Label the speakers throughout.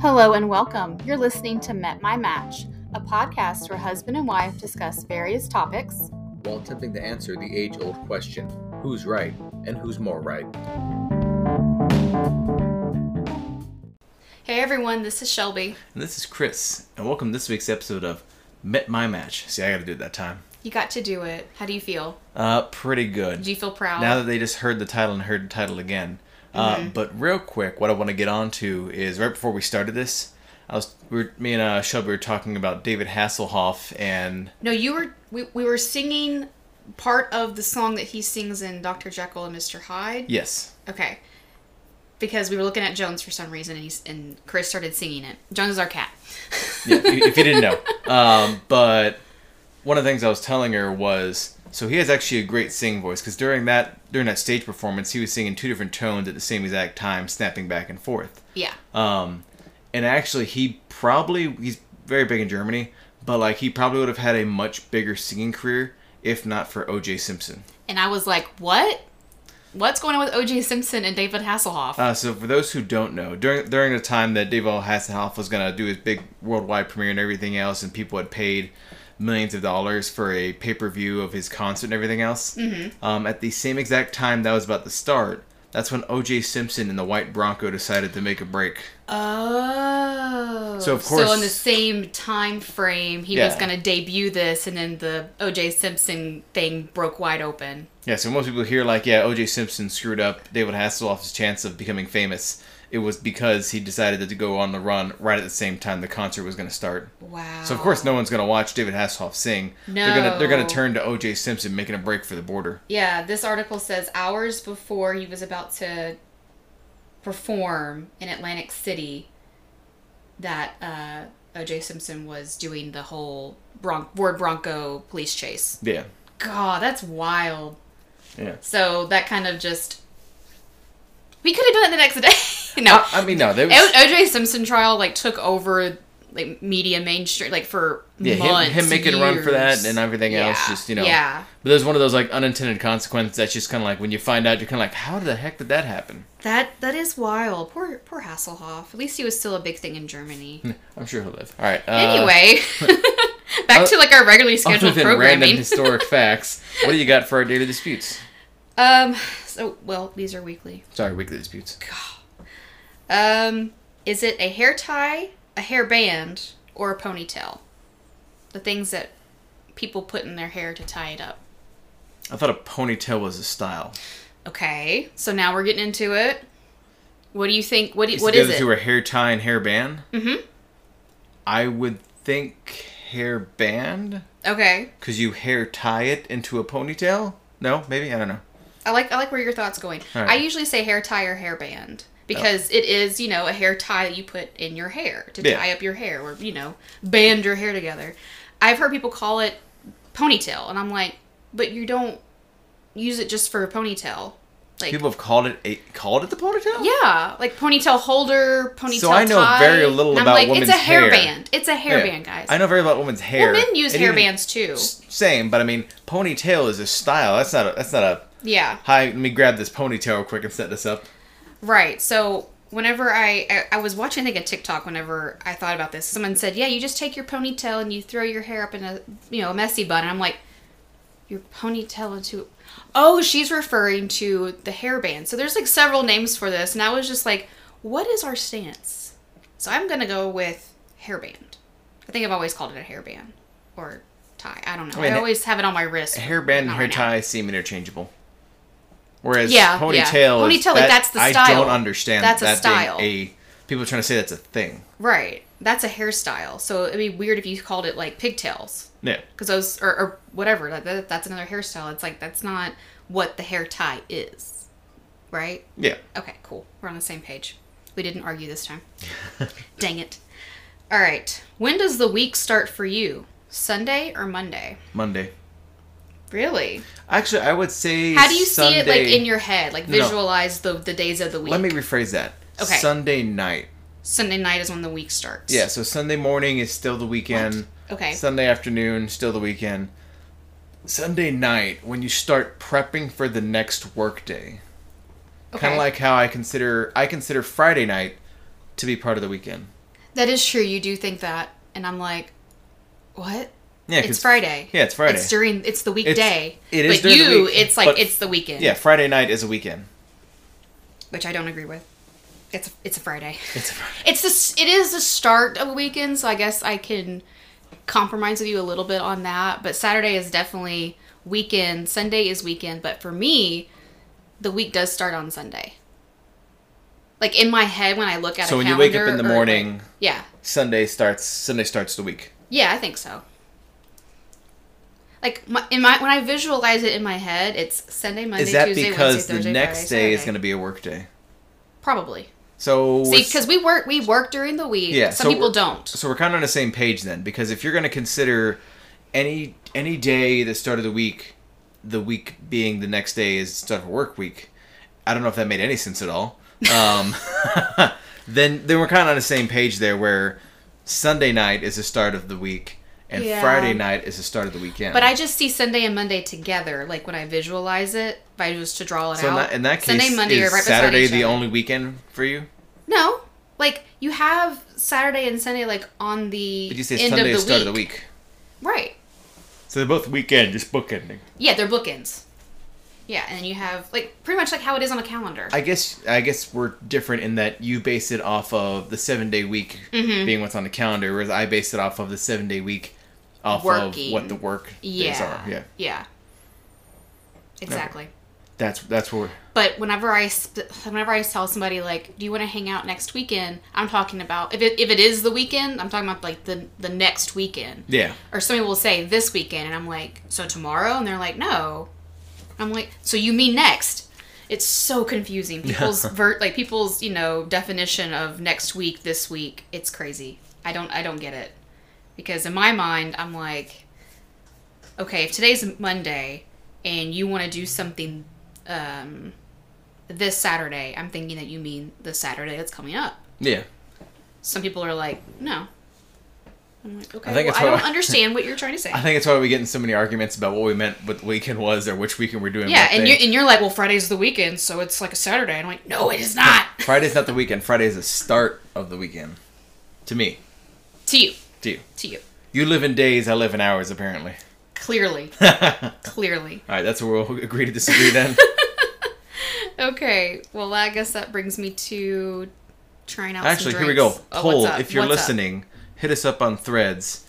Speaker 1: Hello and welcome. You're listening to Met My Match, a podcast where husband and wife discuss various topics.
Speaker 2: while attempting to answer the age old question who's right and who's more right?
Speaker 1: Hey everyone, this is Shelby.
Speaker 3: And this is Chris, and welcome to this week's episode of Met My Match. See, I gotta do it that time.
Speaker 1: You got to do it. How do you feel?
Speaker 3: Uh, pretty good.
Speaker 1: Do you feel proud?
Speaker 3: Now that they just heard the title and heard the title again. Uh, but real quick, what I want to get on to is right before we started this, I was we were, me and uh, Shelby were talking about David Hasselhoff and
Speaker 1: no, you were we, we were singing part of the song that he sings in Dr. Jekyll and Mr. Hyde.
Speaker 3: yes,
Speaker 1: Okay. Because we were looking at Jones for some reason and he's and Chris started singing it. Jones is our cat.
Speaker 3: yeah, if if you didn't know. Um, but one of the things I was telling her was so he has actually a great singing voice because during that during that stage performance, he was singing two different tones at the same exact time, snapping back and forth.
Speaker 1: yeah.
Speaker 3: Um, and actually, he probably he's very big in Germany, but like he probably would have had a much bigger singing career if not for O.J. Simpson.
Speaker 1: And I was like, "What? What's going on with O.J. Simpson and David Hasselhoff?"
Speaker 3: Uh, so for those who don't know, during during the time that David Hasselhoff was gonna do his big worldwide premiere and everything else, and people had paid millions of dollars for a pay per view of his concert and everything else, um, at the same exact time that was about to start, that's when O.J. Simpson and the White Bronco decided to make a break.
Speaker 1: Oh.
Speaker 3: So, of
Speaker 1: So in
Speaker 3: course-
Speaker 1: the same time frame, he was
Speaker 3: Yeah.
Speaker 1: going to debut this, and then the O.J. Simpson thing broke wide open.
Speaker 3: Yeah, so most people hear like, yeah, O.J. Simpson screwed up David Hasselhoff's chance of becoming famous. It was because he decided to go on the run right at the same time the concert was going to start.
Speaker 1: Wow.
Speaker 3: So of course, no one's going to watch David Hasselhoff sing. They're gonna they're
Speaker 1: No.
Speaker 3: gonna turn to O.J. Simpson making a break for the border.
Speaker 1: Yeah, this article says hours before he was about to perform in Atlantic City, that uh, O.J. Simpson was doing the whole Bron- Ward Bronco police chase.
Speaker 3: Yeah,
Speaker 1: God, that's wild.
Speaker 3: yeah.
Speaker 1: So that kind of just. We could have done it the next day. no.
Speaker 3: I mean, no, they was,
Speaker 1: O- OJ Simpson trial like took over like media mainstream like for
Speaker 3: yeah, him,
Speaker 1: months,
Speaker 3: him making a run for that
Speaker 1: years.
Speaker 3: and everything else,
Speaker 1: Yeah,
Speaker 3: just you know.
Speaker 1: yeah
Speaker 3: But there's one of those like unintended consequences that's just kind of like when you find out, you're kind of like, how the heck did that happen?
Speaker 1: that that is wild poor poor Hasselhoff at least he was still a big thing in Germany
Speaker 3: I'm sure he'll live. All right. Uh,
Speaker 1: anyway back to like our regularly
Speaker 3: Other
Speaker 1: scheduled
Speaker 3: than
Speaker 1: programming
Speaker 3: random historic facts, what do you got for our daily disputes?
Speaker 1: um so well these are weekly
Speaker 3: Sorry, weekly disputes.
Speaker 1: um is it a hair tie a hair band or a ponytail the things that people put in their hair to tie it up
Speaker 3: I thought a ponytail was a style.
Speaker 1: Okay, so now we're getting into it. What do you think? What do,
Speaker 3: Is
Speaker 1: what
Speaker 3: the
Speaker 1: is
Speaker 3: other
Speaker 1: it?
Speaker 3: two are hair tie and hair band. Mm-hmm. I would think hair band
Speaker 1: okay,
Speaker 3: because you hair tie it into a ponytail. No, maybe I don't know.
Speaker 1: I like I like where your thoughts going.
Speaker 3: All right.
Speaker 1: I usually say hair tie or hair band because it is you know a hair tie that you put in your hair to
Speaker 3: Yeah.
Speaker 1: tie up your hair or you know band your hair together. I've heard people call it ponytail, and I'm like, but you don't use it just for a ponytail. Like
Speaker 3: People have called it a, called it the ponytail.
Speaker 1: yeah, like ponytail holder, ponytail.
Speaker 3: So I know
Speaker 1: tie.
Speaker 3: very little
Speaker 1: And I'm
Speaker 3: about
Speaker 1: like,
Speaker 3: women's
Speaker 1: It's a hair,
Speaker 3: hair."
Speaker 1: band. It's a hair band, guys.
Speaker 3: I know very about women's hair.
Speaker 1: Men use
Speaker 3: and
Speaker 1: hair
Speaker 3: even-
Speaker 1: bands too.
Speaker 3: Same, but I mean ponytail is a style. That's not a, that's not a.
Speaker 1: Yeah.
Speaker 3: Hi, let me grab this ponytail real quick and set this up.
Speaker 1: Right. So whenever I, I I was watching I think a TikTok whenever I thought about this, someone said, "Yeah, you just take your ponytail and you throw your hair up in a you know a messy bun." And I'm like, "Your ponytail into." Oh, she's referring to the hairband. So there's like several names for this, and I was just like, "What is our stance?" So I'm gonna go with hairband. I think I've always called it a hairband or tie. I don't know. I,
Speaker 3: I mean,
Speaker 1: always have it on my wrist.
Speaker 3: hair band and
Speaker 1: Not
Speaker 3: hair
Speaker 1: right now.
Speaker 3: tie seem interchangeable. Whereas
Speaker 1: Yeah, yeah.
Speaker 3: ponytail,
Speaker 1: Ponytail,
Speaker 3: is,
Speaker 1: like, that's the
Speaker 3: I
Speaker 1: style.
Speaker 3: don't understand
Speaker 1: That's a
Speaker 3: that
Speaker 1: style.
Speaker 3: being a people are trying to say that's a thing.
Speaker 1: Right. That's a hairstyle. So it'd be weird if you called it like pigtails.
Speaker 3: Yeah,
Speaker 1: because those or, or whatever that, that, that's another hairstyle it's like that's not what the hair tie is right
Speaker 3: yeah.
Speaker 1: okay cool we're on the same page we didn't argue this time dang it all right when does the week start for you sunday or monday
Speaker 3: Monday.
Speaker 1: really
Speaker 3: Actually, I would say.
Speaker 1: how do you see it like
Speaker 3: Sunday-
Speaker 1: in your head like
Speaker 3: No, no.
Speaker 1: visualize the, the days of the week
Speaker 3: Let me rephrase that.
Speaker 1: Okay.
Speaker 3: Sunday night.
Speaker 1: sunday night is when the week starts
Speaker 3: Yeah, so Sunday morning is still the weekend.
Speaker 1: okay
Speaker 3: Sunday afternoon, still the weekend. Sunday night, when you start prepping for the next workday.
Speaker 1: okay
Speaker 3: Kind of like how I consider I consider Friday night to be part of the weekend.
Speaker 1: That is true. You do think that, and I'm like, what?
Speaker 3: Yeah,
Speaker 1: it's
Speaker 3: 'cause-
Speaker 1: Friday.
Speaker 3: Yeah, it's Friday.
Speaker 1: It's during. It's the weekday.
Speaker 3: it is
Speaker 1: But
Speaker 3: during the
Speaker 1: you,
Speaker 3: week,
Speaker 1: it's like
Speaker 3: but-
Speaker 1: it's the weekend.
Speaker 3: yeah, Friday night is a weekend.
Speaker 1: Which I don't agree with. It's it's a Friday.
Speaker 3: It's a Friday.
Speaker 1: It's this. It is the start of a weekend, so I guess I can compromise with you a little bit on that. But Saturday is definitely weekend. Sunday is weekend. But for me, the week does start on Sunday. Like in my head, when I look at
Speaker 3: So
Speaker 1: a
Speaker 3: when you wake up
Speaker 1: calendar
Speaker 3: in the
Speaker 1: or, like-
Speaker 3: morning,
Speaker 1: yeah,
Speaker 3: Sunday starts. Sunday starts the week.
Speaker 1: yeah, I think so. Like my, in my when I visualize it in my head, it's Sunday, Monday,
Speaker 3: is that
Speaker 1: Tuesday,
Speaker 3: because
Speaker 1: Wednesday,
Speaker 3: the
Speaker 1: Thursday,
Speaker 3: next
Speaker 1: Friday,
Speaker 3: day is
Speaker 1: Saturday.
Speaker 3: going to be a work day?
Speaker 1: probably
Speaker 3: So
Speaker 1: see
Speaker 3: it's-
Speaker 1: because we work we work during the week.
Speaker 3: Yeah,
Speaker 1: some
Speaker 3: so
Speaker 1: people
Speaker 3: we're-
Speaker 1: don't.
Speaker 3: so we're kind of on the same page then, because if you're going to consider any any day the start of the week, the week being the next day is the start of a work week. I don't know if that made any sense at all. Um, then then we're kind of on the same page there, where Sunday night is the start of the week and
Speaker 1: Yeah.
Speaker 3: Friday night is the start of the weekend.
Speaker 1: But I just see Sunday and Monday together, like when I visualize it, if I was to draw it
Speaker 3: so in
Speaker 1: out.
Speaker 3: that, in that case,
Speaker 1: Sunday, Monday
Speaker 3: is
Speaker 1: are right beside
Speaker 3: Saturday
Speaker 1: each
Speaker 3: the
Speaker 1: other.
Speaker 3: only weekend for you?
Speaker 1: No, like you have Saturday and Sunday, like on the
Speaker 3: Did you say
Speaker 1: end
Speaker 3: Sunday
Speaker 1: of the
Speaker 3: is start
Speaker 1: week.
Speaker 3: of the week?
Speaker 1: right?
Speaker 3: So they're both weekend, just bookending.
Speaker 1: Yeah, they're bookends. Yeah, and you have like pretty much like how it is on a calendar.
Speaker 3: I guess I guess we're different in that you base it off of the seven day week
Speaker 1: Mm-hmm.
Speaker 3: being what's on the calendar, whereas I base it off of the seven day week off
Speaker 1: Working.
Speaker 3: of what the work days
Speaker 1: yeah,
Speaker 3: are. Yeah,
Speaker 1: yeah, exactly.
Speaker 3: that's that's where
Speaker 1: But whenever I sp- whenever I tell somebody like, "Do you want to hang out next weekend?" I'm talking about if it, if it is the weekend, I'm talking about like the the next weekend.
Speaker 3: yeah.
Speaker 1: Or somebody will say this weekend, and I'm like, "So tomorrow?" And they're like, "No." I'm like, "So you mean next?" It's so confusing. People's ver- like people's you know definition of next week, this week. It's crazy. I don't I don't get it because in my mind I'm like, okay, if today's Monday and you want to do something um, this Saturday, I'm thinking that you mean the Saturday that's coming up.
Speaker 3: Yeah.
Speaker 1: Some people are like, no. I'm like, okay,
Speaker 3: I think
Speaker 1: well,
Speaker 3: it's
Speaker 1: I
Speaker 3: what
Speaker 1: don't
Speaker 3: I-
Speaker 1: understand what you're trying to say.
Speaker 3: I think that's why we get in so many arguments about what we meant what the weekend was or which weekend we're doing.
Speaker 1: yeah,
Speaker 3: what
Speaker 1: and
Speaker 3: thing.
Speaker 1: you're, and you're like, well, Friday's the weekend, so it's like a Saturday. And I'm like, no, it is not.
Speaker 3: Friday's not the weekend. Friday is the start of the weekend. To me.
Speaker 1: to you.
Speaker 3: To you.
Speaker 1: To you.
Speaker 3: You live in days, I live in hours, apparently.
Speaker 1: Clearly. Clearly.
Speaker 3: Alright, that's where we'll agree to disagree then.
Speaker 1: Okay, well, I guess that brings me to trying out
Speaker 3: Actually,
Speaker 1: some
Speaker 3: here we go.
Speaker 1: drinks.
Speaker 3: Poll.
Speaker 1: Oh, what's up?
Speaker 3: if you're
Speaker 1: What's up?
Speaker 3: listening, hit us up on Threads.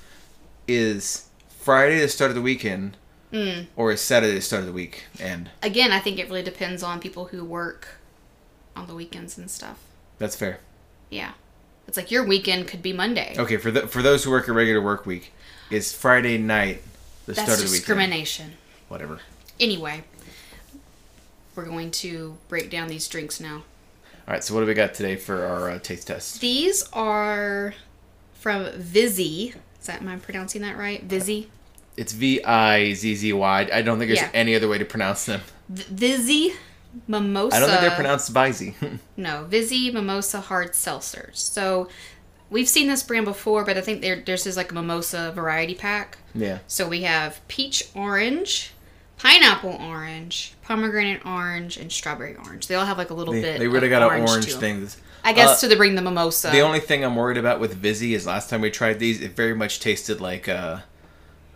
Speaker 3: Is Friday the start of the weekend,
Speaker 1: Hmm.
Speaker 3: or is Saturday the start of the week end?
Speaker 1: again, I think it really depends on people who work on the weekends and stuff.
Speaker 3: That's fair.
Speaker 1: Yeah. It's like your weekend could be Monday.
Speaker 3: Okay, for the, for those who work a regular work week, is Friday night the
Speaker 1: That's
Speaker 3: start of the weekend?
Speaker 1: discrimination.
Speaker 3: Whatever.
Speaker 1: Anyway, we're going to break down these drinks now.
Speaker 3: All right. So what do we got today for our uh, taste test?
Speaker 1: These are from Vizzy. Is that am I pronouncing that right? Vizzy?
Speaker 3: It's V I Z Z Y. I don't think there's
Speaker 1: Yeah.
Speaker 3: any other way to pronounce them.
Speaker 1: V- Vizzy Mimosa.
Speaker 3: I don't think they're pronounced Vizy.
Speaker 1: No, Vizzy Mimosa Hard Seltzers. So we've seen this brand before, but I think there there's just like a mimosa variety pack.
Speaker 3: yeah.
Speaker 1: So we have peach orange, pineapple orange, pomegranate orange, and strawberry orange. They all have like a little
Speaker 3: They,
Speaker 1: bit.
Speaker 3: they really
Speaker 1: of
Speaker 3: got an
Speaker 1: orange
Speaker 3: orange
Speaker 1: to 'em.
Speaker 3: thing.
Speaker 1: I guess
Speaker 3: Uh,
Speaker 1: to the bring the mimosa.
Speaker 3: The only thing I'm worried about with Vizzy is last time we tried these, it very much tasted like a,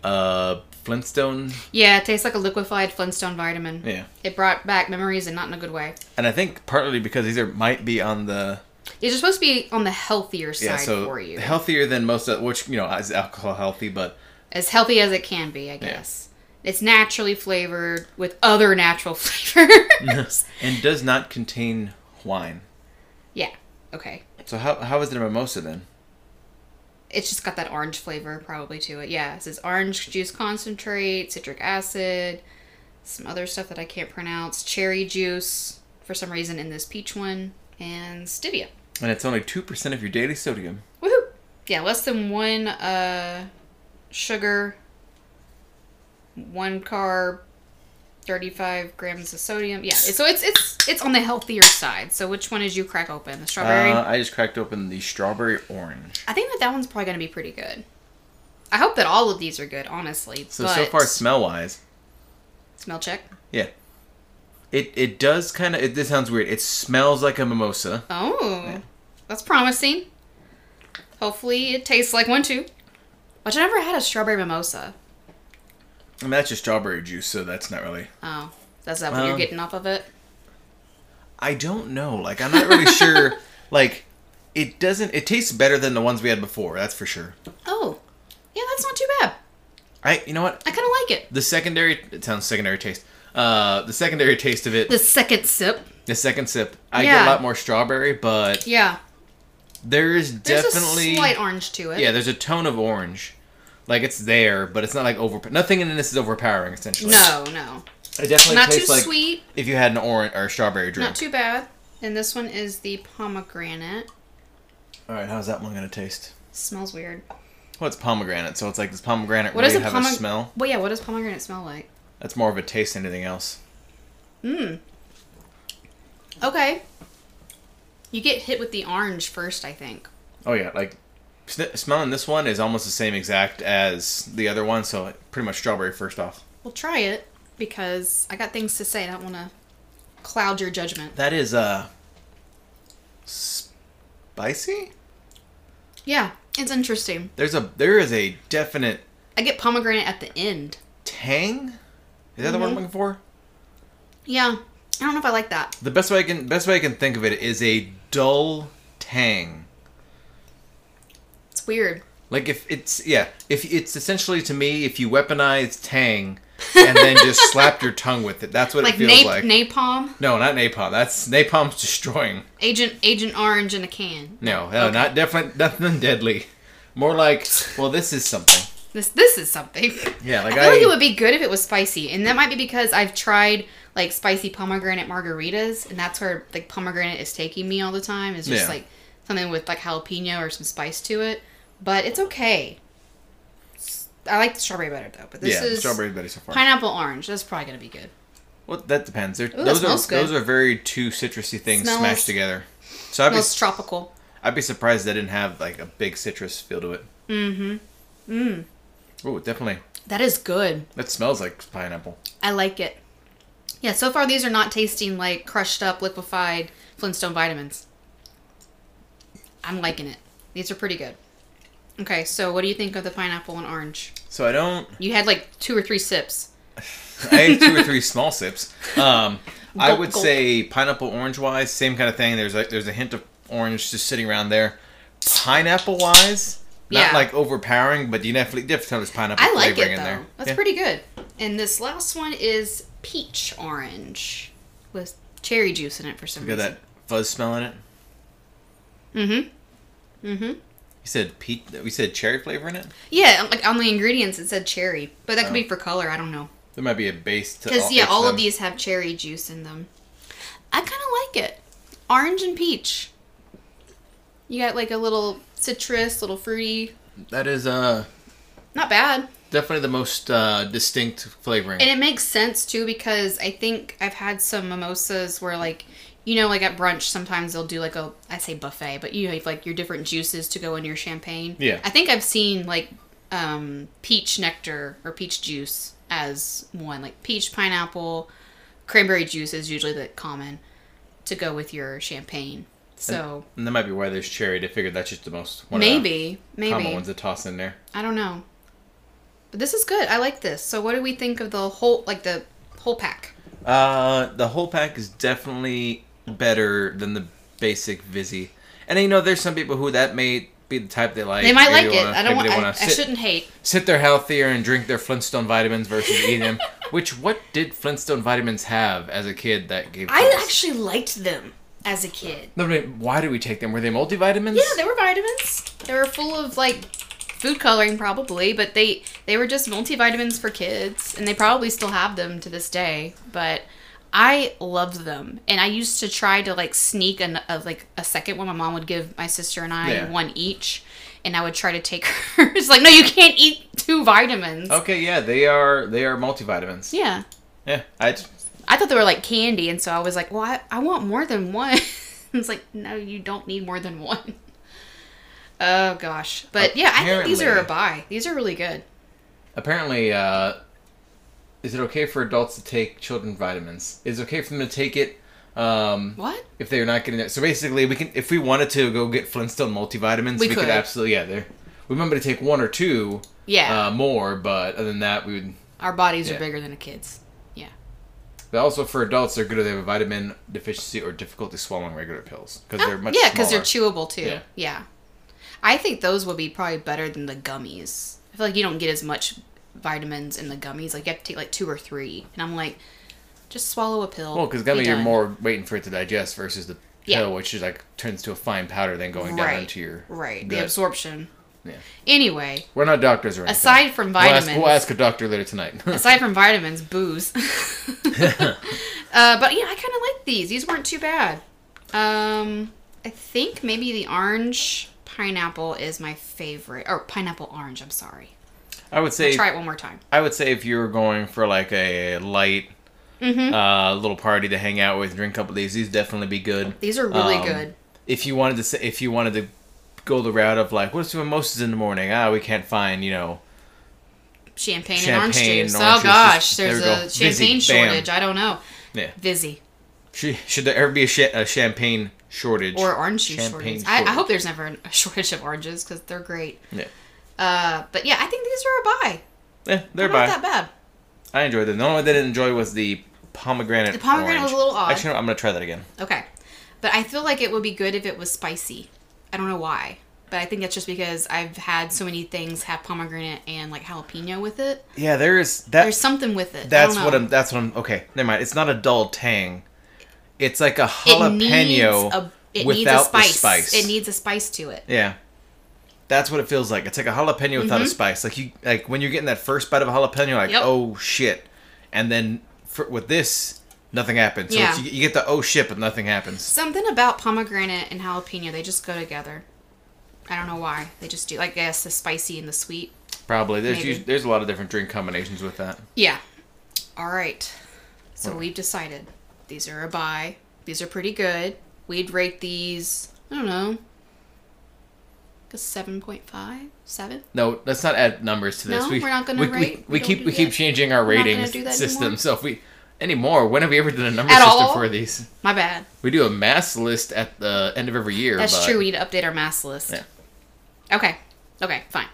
Speaker 3: a Flintstone.
Speaker 1: yeah, it tastes like a liquefied Flintstone vitamin.
Speaker 3: Yeah.
Speaker 1: It brought back memories and not in a good way.
Speaker 3: And I think partly because these are might be on the
Speaker 1: These are supposed to be on the healthier side
Speaker 3: yeah, so
Speaker 1: for you,
Speaker 3: healthier than most of which you know is alcohol healthy, but
Speaker 1: as healthy as it can be, I guess. It's naturally flavored with other natural flavors.
Speaker 3: and does not contain wine.
Speaker 1: yeah. Okay.
Speaker 3: So how how is it a mimosa then?
Speaker 1: it's just got that orange flavor probably to it. Yeah, it says orange juice concentrate, citric acid, some other stuff that I can't pronounce, cherry juice for some reason in this peach one, and stevia.
Speaker 3: And it's only two percent of your daily sodium.
Speaker 1: Woohoo! Yeah, less than one uh, sugar, one carb, thirty-five grams of sodium. Yeah, so it's it's it's on the healthier side. So which one did you crack open? The strawberry.
Speaker 3: Uh, I just cracked open the strawberry orange.
Speaker 1: I think that that one's probably going to be pretty good. I hope that all of these are good, honestly.
Speaker 3: So
Speaker 1: but
Speaker 3: so far smell wise,
Speaker 1: smell check.
Speaker 3: yeah. It it does kind of it. This sounds weird. It smells like a mimosa.
Speaker 1: Oh, that's promising. Hopefully, it tastes like one too. Which I never had a strawberry mimosa.
Speaker 3: I mean, that's just strawberry juice, so that's not really.
Speaker 1: Oh, that's that what you're
Speaker 3: Um,
Speaker 1: getting off of it?
Speaker 3: I don't know. Like, I'm not really sure. Like, it doesn't. It tastes better than the ones we had before. That's for sure.
Speaker 1: Oh, yeah, that's not too bad.
Speaker 3: I. You know what?
Speaker 1: I kind of like it.
Speaker 3: The secondary. It sounds secondary taste. Uh, the secondary taste of it.
Speaker 1: The second sip.
Speaker 3: The second sip. I get
Speaker 1: Yeah.
Speaker 3: a lot more strawberry, but
Speaker 1: Yeah,
Speaker 3: there is
Speaker 1: there's
Speaker 3: definitely
Speaker 1: a slight orange to it.
Speaker 3: yeah. There's a tone of orange. Like it's there, but it's not like over. Nothing in this is overpowering. Essentially,
Speaker 1: No, no,
Speaker 3: It definitely
Speaker 1: not too
Speaker 3: tastes like
Speaker 1: sweet,
Speaker 3: if you had an orange or strawberry drink.
Speaker 1: not too bad. And this one is the pomegranate.
Speaker 3: All right, how's that one gonna taste?
Speaker 1: Smells weird.
Speaker 3: Well, it's pomegranate, so it's like does pomegranate
Speaker 1: What does a
Speaker 3: really have a
Speaker 1: pomegranate
Speaker 3: smell?
Speaker 1: Well, yeah. What does pomegranate smell like?
Speaker 3: That's more of a taste than anything else.
Speaker 1: Mmm. Okay. You get hit with the orange first, I think.
Speaker 3: Oh yeah, like sn- smelling this one is almost the same exact as the other one, so pretty much strawberry first off.
Speaker 1: Well, try it because I got things to say. I don't want to cloud your judgment.
Speaker 3: That is uh spicy.
Speaker 1: Yeah, it's interesting.
Speaker 3: There's a there is a definite
Speaker 1: I get pomegranate at the end.
Speaker 3: tang. Is that the
Speaker 1: Mm-hmm.
Speaker 3: one I'm looking for?
Speaker 1: Yeah, I don't know if I like that.
Speaker 3: The best way I can best way I can think of it is a dull tang.
Speaker 1: It's weird.
Speaker 3: Like if it's yeah, if it's essentially to me, if you weaponize Tang and then just slap your tongue with it, that's what
Speaker 1: Like,
Speaker 3: it feels
Speaker 1: nap-
Speaker 3: like.
Speaker 1: napalm,
Speaker 3: no, not napalm. That's napalm's destroying.
Speaker 1: Agent Agent Orange in a can.
Speaker 3: No, no, not definitely nothing deadly. More like, well, this is something.
Speaker 1: This this is something.
Speaker 3: Yeah,
Speaker 1: I
Speaker 3: like
Speaker 1: feel
Speaker 3: I,
Speaker 1: like it would be good if it was spicy, and that might be because I've tried like spicy pomegranate margaritas, and that's where like pomegranate is taking me all the time. Is just
Speaker 3: Yeah.
Speaker 1: like something with like jalapeno or some spice to it, but it's okay. It's- I like the strawberry better though, but this
Speaker 3: yeah,
Speaker 1: is
Speaker 3: strawberry better so far.
Speaker 1: pineapple orange. That's probably gonna be good.
Speaker 3: well, that depends. They're,
Speaker 1: that
Speaker 3: those are
Speaker 1: smells good.
Speaker 3: those are very two citrusy things
Speaker 1: Smells-
Speaker 3: smashed together. So I'd be
Speaker 1: Smells tropical.
Speaker 3: I'd be surprised they didn't have like a big citrus feel to it. Mm-hmm. Mm. Oh, definitely.
Speaker 1: That is good.
Speaker 3: That smells like pineapple.
Speaker 1: I like it. Yeah, so far these are not tasting like crushed up, liquefied Flintstone vitamins. I'm liking it. These are pretty good. Okay, so what do you think of the pineapple and orange?
Speaker 3: So I don't
Speaker 1: You had like two or three sips.
Speaker 3: I had two or three small sips. Um, I
Speaker 1: Gulp,
Speaker 3: would
Speaker 1: gulp.
Speaker 3: say pineapple orange wise, same kind of thing. There's like there's a hint of orange just sitting around there. Pineapple wise, not
Speaker 1: Yeah.
Speaker 3: like overpowering, but you definitely definitely there's pineapple
Speaker 1: I like
Speaker 3: flavoring
Speaker 1: it
Speaker 3: in
Speaker 1: though.
Speaker 3: there.
Speaker 1: That's
Speaker 3: Yeah.
Speaker 1: pretty good. And this last one is peach orange with cherry juice in it for some
Speaker 3: Got
Speaker 1: reason.
Speaker 3: that fuzz smell in it.
Speaker 1: Mm-hmm.
Speaker 3: You said peach. We said cherry flavor in it.
Speaker 1: Yeah, um, like on the ingredients it said cherry, but that could
Speaker 3: Oh.
Speaker 1: be for color. I don't know.
Speaker 3: There might be a base to um,
Speaker 1: Because yeah,
Speaker 3: each
Speaker 1: all of
Speaker 3: them.
Speaker 1: these have cherry juice in them. I kind of like it. Orange and peach. You got like a little citrus, little fruity.
Speaker 3: That is uh
Speaker 1: Not bad.
Speaker 3: definitely the most uh distinct flavoring.
Speaker 1: And it makes sense too because I think I've had some mimosas where like you know like at brunch sometimes they'll do like a I say buffet, but you have like your different juices to go in your champagne.
Speaker 3: Yeah.
Speaker 1: I think I've seen like um peach nectar or peach juice as one like peach pineapple cranberry juice is usually the common to go with your champagne. So
Speaker 3: And that might be why there's cherry. They figured that's just the most one
Speaker 1: maybe
Speaker 3: of the common
Speaker 1: maybe
Speaker 3: ones to toss in there.
Speaker 1: I don't know. But this is good. I like this. So what do we think of the whole like the whole pack?
Speaker 3: Uh, the whole pack is definitely better than the basic Vizzy. And you know, there's some people who that may be the type they like.
Speaker 1: They might like
Speaker 3: Maybe
Speaker 1: it.
Speaker 3: they wanna-
Speaker 1: I don't want.
Speaker 3: maybe they
Speaker 1: I, I
Speaker 3: wanna sit,
Speaker 1: shouldn't hate.
Speaker 3: sit there healthier and drink their Flintstone vitamins versus eating them. Which what did Flintstone vitamins have as a kid that gave? to us?
Speaker 1: actually liked them as a kid.
Speaker 3: No, but why did we take them? Were they multivitamins?
Speaker 1: Yeah, they were vitamins. They were full of like food coloring probably, but they they were just multivitamins for kids, and they probably still have them to this day. But I loved them, and I used to try to like sneak an, of like a second one. My mom would give my sister and I
Speaker 3: Yeah.
Speaker 1: one each, and I would try to take hers. like, no, you can't eat two vitamins.
Speaker 3: Okay, yeah, they are. They are multivitamins.
Speaker 1: Yeah.
Speaker 3: Yeah, I. just-
Speaker 1: I thought they were like candy, and so I was like, "Well, I, I want more than one." it's like, no, you don't need more than one. Oh gosh, but yeah, I think these are a
Speaker 3: Apparently-
Speaker 1: buy. These are really good.
Speaker 3: Apparently, uh, is it okay for adults to take children vitamins? Is it okay for them to take it Um,
Speaker 1: What?
Speaker 3: if they're not getting that. So basically, we can if we wanted to go get Flintstone multivitamins,
Speaker 1: We
Speaker 3: we,
Speaker 1: could.
Speaker 3: could absolutely yeah. There, we remember to take one or two
Speaker 1: Yeah.
Speaker 3: uh, more, but other than that, we would.
Speaker 1: Our bodies are
Speaker 3: yeah.
Speaker 1: bigger than a kid's. Yeah.
Speaker 3: But also for adults, they're good if they have a vitamin deficiency or difficulty swallowing regular pills because they're much
Speaker 1: Oh, yeah,
Speaker 3: because
Speaker 1: they're chewable too. Yeah.
Speaker 3: Yeah.
Speaker 1: I think those would be probably better than the gummies. I feel like you don't get as much vitamins in the gummies. Like you have to take like two or three, and I'm like, just swallow a pill.
Speaker 3: Well, because
Speaker 1: be
Speaker 3: gummy, you're
Speaker 1: done.
Speaker 3: more waiting for it to digest versus the
Speaker 1: Yeah.
Speaker 3: pill, which is like turns to a fine powder, then going
Speaker 1: Right.
Speaker 3: down into your
Speaker 1: right the
Speaker 3: gut.
Speaker 1: absorption.
Speaker 3: Yeah.
Speaker 1: Anyway,
Speaker 3: We're not doctors or anything.
Speaker 1: aside from
Speaker 3: We'll ask,
Speaker 1: vitamins,
Speaker 3: we'll ask a doctor later tonight.
Speaker 1: aside from vitamins, booze. uh, but yeah, I kind of like these. These weren't too bad. Um, I think maybe the orange pineapple is my favorite, or pineapple orange. I'm sorry.
Speaker 3: I would say
Speaker 1: Try it one more time.
Speaker 3: I would say if you were going for like a light
Speaker 1: Mm-hmm.
Speaker 3: uh, little party to hang out with, drink a couple of these, these definitely be good.
Speaker 1: These are really
Speaker 3: Um,
Speaker 1: good.
Speaker 3: If you wanted to, say, if you wanted to go the route of like, what's the mimosas in the morning? Ah, we can't find you know
Speaker 1: Champagne, and
Speaker 3: champagne
Speaker 1: orange juice.
Speaker 3: and orange
Speaker 1: oh
Speaker 3: juice
Speaker 1: gosh,
Speaker 3: is- there
Speaker 1: there's a
Speaker 3: we go.
Speaker 1: champagne
Speaker 3: Vizzy, bam.
Speaker 1: shortage. I don't know.
Speaker 3: yeah.
Speaker 1: Vizzy
Speaker 3: Should, should there ever be a, sh- a champagne shortage
Speaker 1: or orange juice
Speaker 3: Champagne
Speaker 1: shortage. I, I
Speaker 3: shortage.
Speaker 1: hope there's never an- a shortage of oranges because they're great.
Speaker 3: Yeah,
Speaker 1: Uh, but yeah, I think these are a buy.
Speaker 3: yeah,
Speaker 1: They're
Speaker 3: they're
Speaker 1: not
Speaker 3: by.
Speaker 1: that bad.
Speaker 3: I enjoyed them. The only one I didn't enjoy was the pomegranate.
Speaker 1: The pomegranate was
Speaker 3: orange.
Speaker 1: a little odd.
Speaker 3: Actually, no, I'm gonna try that again.
Speaker 1: Okay. But I feel like it would be good if it was spicy. I don't know why. But I think that's just because I've had so many things have pomegranate and like jalapeno with it.
Speaker 3: Yeah, there is that.
Speaker 1: There's something with it. I
Speaker 3: That's
Speaker 1: don't
Speaker 3: what
Speaker 1: know.
Speaker 3: I'm. That's what I'm. Okay, never mind. It's not a dull tang. It's like a
Speaker 1: It needs
Speaker 3: jalapeno
Speaker 1: a it
Speaker 3: without
Speaker 1: needs a spice.
Speaker 3: the spice.
Speaker 1: It needs a spice to it.
Speaker 3: yeah, that's what it feels like. It's like a jalapeno without a spice. Like you, like when you're getting that first bite of a jalapeno, you're like
Speaker 1: Mm-hmm. Yep.
Speaker 3: oh shit, and then for, with this, nothing happens. So
Speaker 1: Yeah.
Speaker 3: it's, you, you get the oh shit, but nothing happens.
Speaker 1: Something about pomegranate and jalapeno, they just go together. I don't know why. They just do. Like, I guess the spicy and the sweet.
Speaker 3: Probably there's
Speaker 1: Maybe.
Speaker 3: us- there's a lot of different drink combinations with that.
Speaker 1: Yeah. All right. So we've decided these are a buy. These are pretty good. We'd rate these, I don't know, like a 7.5? 7?
Speaker 3: No, let's not add numbers to this.
Speaker 1: No,
Speaker 3: we,
Speaker 1: we're not gonna
Speaker 3: we,
Speaker 1: rate.
Speaker 3: We, we
Speaker 1: We don't
Speaker 3: keep
Speaker 1: do
Speaker 3: we keep
Speaker 1: that.
Speaker 3: changing our
Speaker 1: not gonna
Speaker 3: rating
Speaker 1: do that
Speaker 3: system.
Speaker 1: anymore.
Speaker 3: So if we anymore, when have we ever done a number
Speaker 1: At
Speaker 3: system
Speaker 1: all?
Speaker 3: for these?
Speaker 1: My bad.
Speaker 3: We do a mass list at the end of every year.
Speaker 1: That's
Speaker 3: but
Speaker 1: true. We need to update our mass list.
Speaker 3: Yeah.
Speaker 1: Okay. Okay, fine.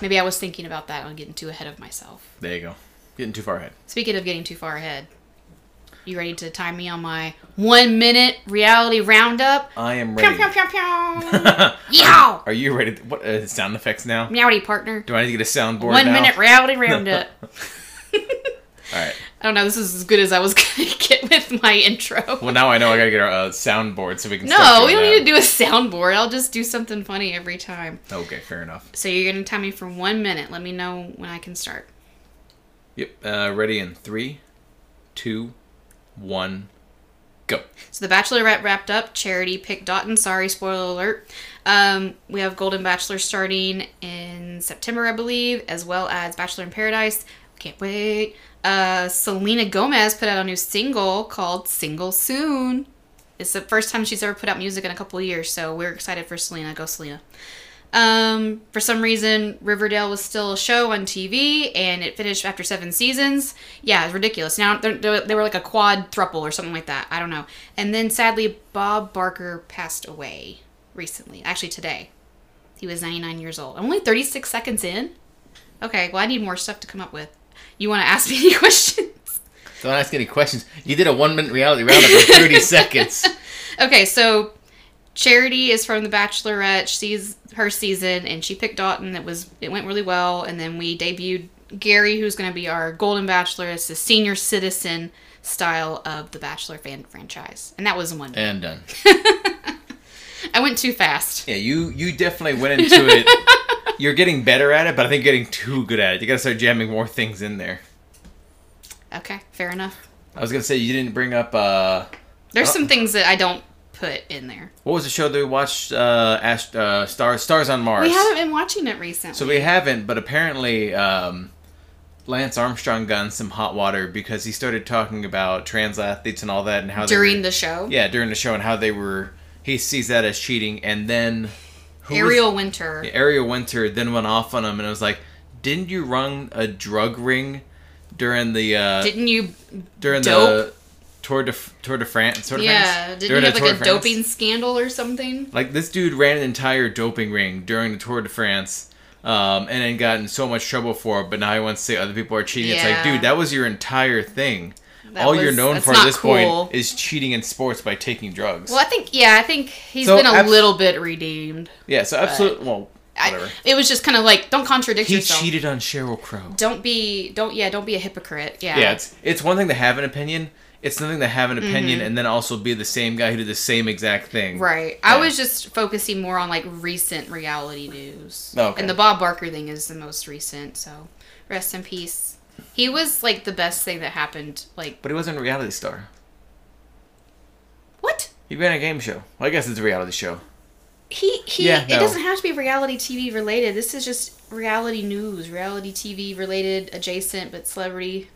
Speaker 1: Maybe I was thinking about that on getting too ahead of myself.
Speaker 3: There you go. Getting too far ahead.
Speaker 1: Speaking of getting too far ahead, you ready to time me on my one minute reality roundup?
Speaker 3: I am
Speaker 1: Pew,
Speaker 3: ready.
Speaker 1: pew, pew, pew. Yow!
Speaker 3: Are you ready? What uh, sound effects now?
Speaker 1: Meowdy partner.
Speaker 3: Do I need to get a soundboard
Speaker 1: One
Speaker 3: now?
Speaker 1: minute reality roundup.
Speaker 3: All right.
Speaker 1: I don't know. This is as good as I was gonna get with my intro.
Speaker 3: Well, now I know I gotta get our uh, soundboard so we can.
Speaker 1: no,
Speaker 3: start
Speaker 1: we
Speaker 3: doing
Speaker 1: don't need
Speaker 3: that.
Speaker 1: to do a soundboard. I'll just do something funny every time.
Speaker 3: Okay, fair enough.
Speaker 1: So you're gonna time me for one minute. Let me know when I can start.
Speaker 3: Yep. Uh, ready in three, two, one, go.
Speaker 1: So the Bachelorette wrapped up. Charity picked Dotton. Sorry, spoiler alert. Um, we have Golden Bachelor starting in September, I believe, as well as Bachelor in Paradise. Can't wait. Uh, Selena Gomez put out a new single called "Single Soon." It's the first time she's ever put out music in a couple of years, so we're excited for Selena. Go Selena. Um, for some reason, Riverdale was still a show on TV, and it finished after seven seasons. Yeah, it's ridiculous. Now they're, they're- they were like a quad thruple or something like that. I don't know. And then sadly, Bob Barker passed away recently. Actually, today, he was 99 years old. I'm only 36 seconds in. Okay, well, I need more stuff to come up with. You want to ask me any questions?
Speaker 3: Don't ask any questions. You did a one minute reality roundup in thirty seconds.
Speaker 1: Okay, so Charity is from The Bachelorette. She's her season, and she picked Dalton. It was it went really well, and then we debuted Gary, who's going to be our Golden Bachelor. It's the senior citizen style of the Bachelor fan franchise, and that was one.
Speaker 3: And done.
Speaker 1: I went too fast.
Speaker 3: Yeah, you you definitely went into it. You're getting better at it, but I think you're getting too good at it. You gotta start jamming more things in there.
Speaker 1: Okay, fair enough.
Speaker 3: I was gonna say you didn't bring up uh
Speaker 1: There's some things that I don't put in there.
Speaker 3: what was the show that we watched? Uh, Ash, uh Stars Stars on Mars.
Speaker 1: We haven't been watching it recently.
Speaker 3: so we haven't, but apparently um, Lance Armstrong got in some hot water because he started talking about trans athletes and all that and how they
Speaker 1: during
Speaker 3: were,
Speaker 1: the show,
Speaker 3: yeah during the show and how they were he sees that as cheating and then who was-
Speaker 1: Ariel Winter.
Speaker 3: Ariel Winter then went off on him and I was like, "Didn't you run a drug ring during the uh
Speaker 1: Didn't you
Speaker 3: during
Speaker 1: dope?
Speaker 3: the Tour de Tour de France. Tour de
Speaker 1: yeah,
Speaker 3: France?
Speaker 1: didn't
Speaker 3: During
Speaker 1: he have
Speaker 3: the
Speaker 1: like a
Speaker 3: Tour de France.
Speaker 1: doping scandal or something?
Speaker 3: Like this dude ran an entire doping ring during the Tour de France, um, and then got in so much trouble for it. But now he wants to say other people are cheating. It's like,
Speaker 1: Yeah.
Speaker 3: dude, that was your entire thing.
Speaker 1: That
Speaker 3: All
Speaker 1: was-
Speaker 3: you're known
Speaker 1: that's
Speaker 3: for
Speaker 1: not
Speaker 3: at this
Speaker 1: cool.
Speaker 3: point is cheating in sports by taking drugs.
Speaker 1: Well, I think yeah, I think he's
Speaker 3: So,
Speaker 1: been a
Speaker 3: abs-
Speaker 1: little bit redeemed.
Speaker 3: Yeah, so absolutely. Well, whatever.
Speaker 1: I, it was just kind of like don't contradict
Speaker 3: he
Speaker 1: yourself.
Speaker 3: cheated on Cheryl Crow.
Speaker 1: Don't be don't yeah don't be a hypocrite. Yeah.
Speaker 3: Yeah, it's it's one thing to have an opinion. It's something to have an
Speaker 1: Mm-hmm.
Speaker 3: opinion and then also be the same guy who did the same exact thing.
Speaker 1: Right. I
Speaker 3: Yeah.
Speaker 1: was just focusing more on like recent reality news.
Speaker 3: Oh, okay.
Speaker 1: And the Bob Barker thing is the most recent, so rest in peace. He was like the best thing that happened. Like
Speaker 3: But he wasn't a reality star.
Speaker 1: what?
Speaker 3: He ran a game show. Well, I guess it's a reality show.
Speaker 1: He he
Speaker 3: Yeah,
Speaker 1: it
Speaker 3: no.
Speaker 1: doesn't have to be reality TV related. This is just reality news, reality TV related, adjacent but celebrity.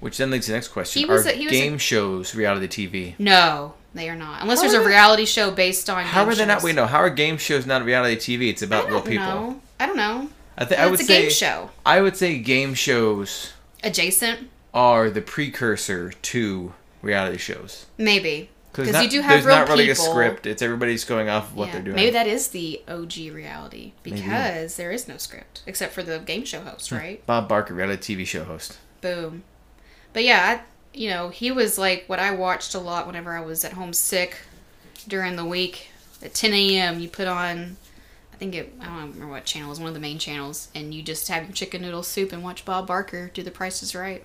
Speaker 3: Which then leads to the next question.
Speaker 1: He was
Speaker 3: are
Speaker 1: a- he was a-
Speaker 3: game shows reality TV?
Speaker 1: No, they are not. Unless
Speaker 3: How
Speaker 1: there's
Speaker 3: are
Speaker 1: a
Speaker 3: they-
Speaker 1: reality show based on
Speaker 3: How
Speaker 1: game
Speaker 3: are they not?
Speaker 1: shows.
Speaker 3: Wait, no. How are game shows not reality TV? It's
Speaker 1: I
Speaker 3: about
Speaker 1: don't
Speaker 3: real people.
Speaker 1: know. I don't know.
Speaker 3: I think
Speaker 1: Well, it's
Speaker 3: I would
Speaker 1: a
Speaker 3: say
Speaker 1: game show.
Speaker 3: I would say game shows
Speaker 1: Adjacent?
Speaker 3: are the precursor to reality shows
Speaker 1: Maybe. Because
Speaker 3: not-
Speaker 1: you do have
Speaker 3: there's
Speaker 1: real
Speaker 3: not really
Speaker 1: people.
Speaker 3: a script. It's everybody's going off of what
Speaker 1: Yeah.
Speaker 3: they're doing.
Speaker 1: Maybe that is the OG reality because there is no script except for the game show
Speaker 3: Hmm.
Speaker 1: host, right?
Speaker 3: Bob Barker, reality TV show host.
Speaker 1: Boom. But yeah, I, you know, he was like what I watched a lot whenever I was at home sick during the week at 10 a.m. You put on, I think it, I don't remember what channel it was one of the main channels, and you just have your chicken noodle soup and watch Bob Barker do The Price Is Right.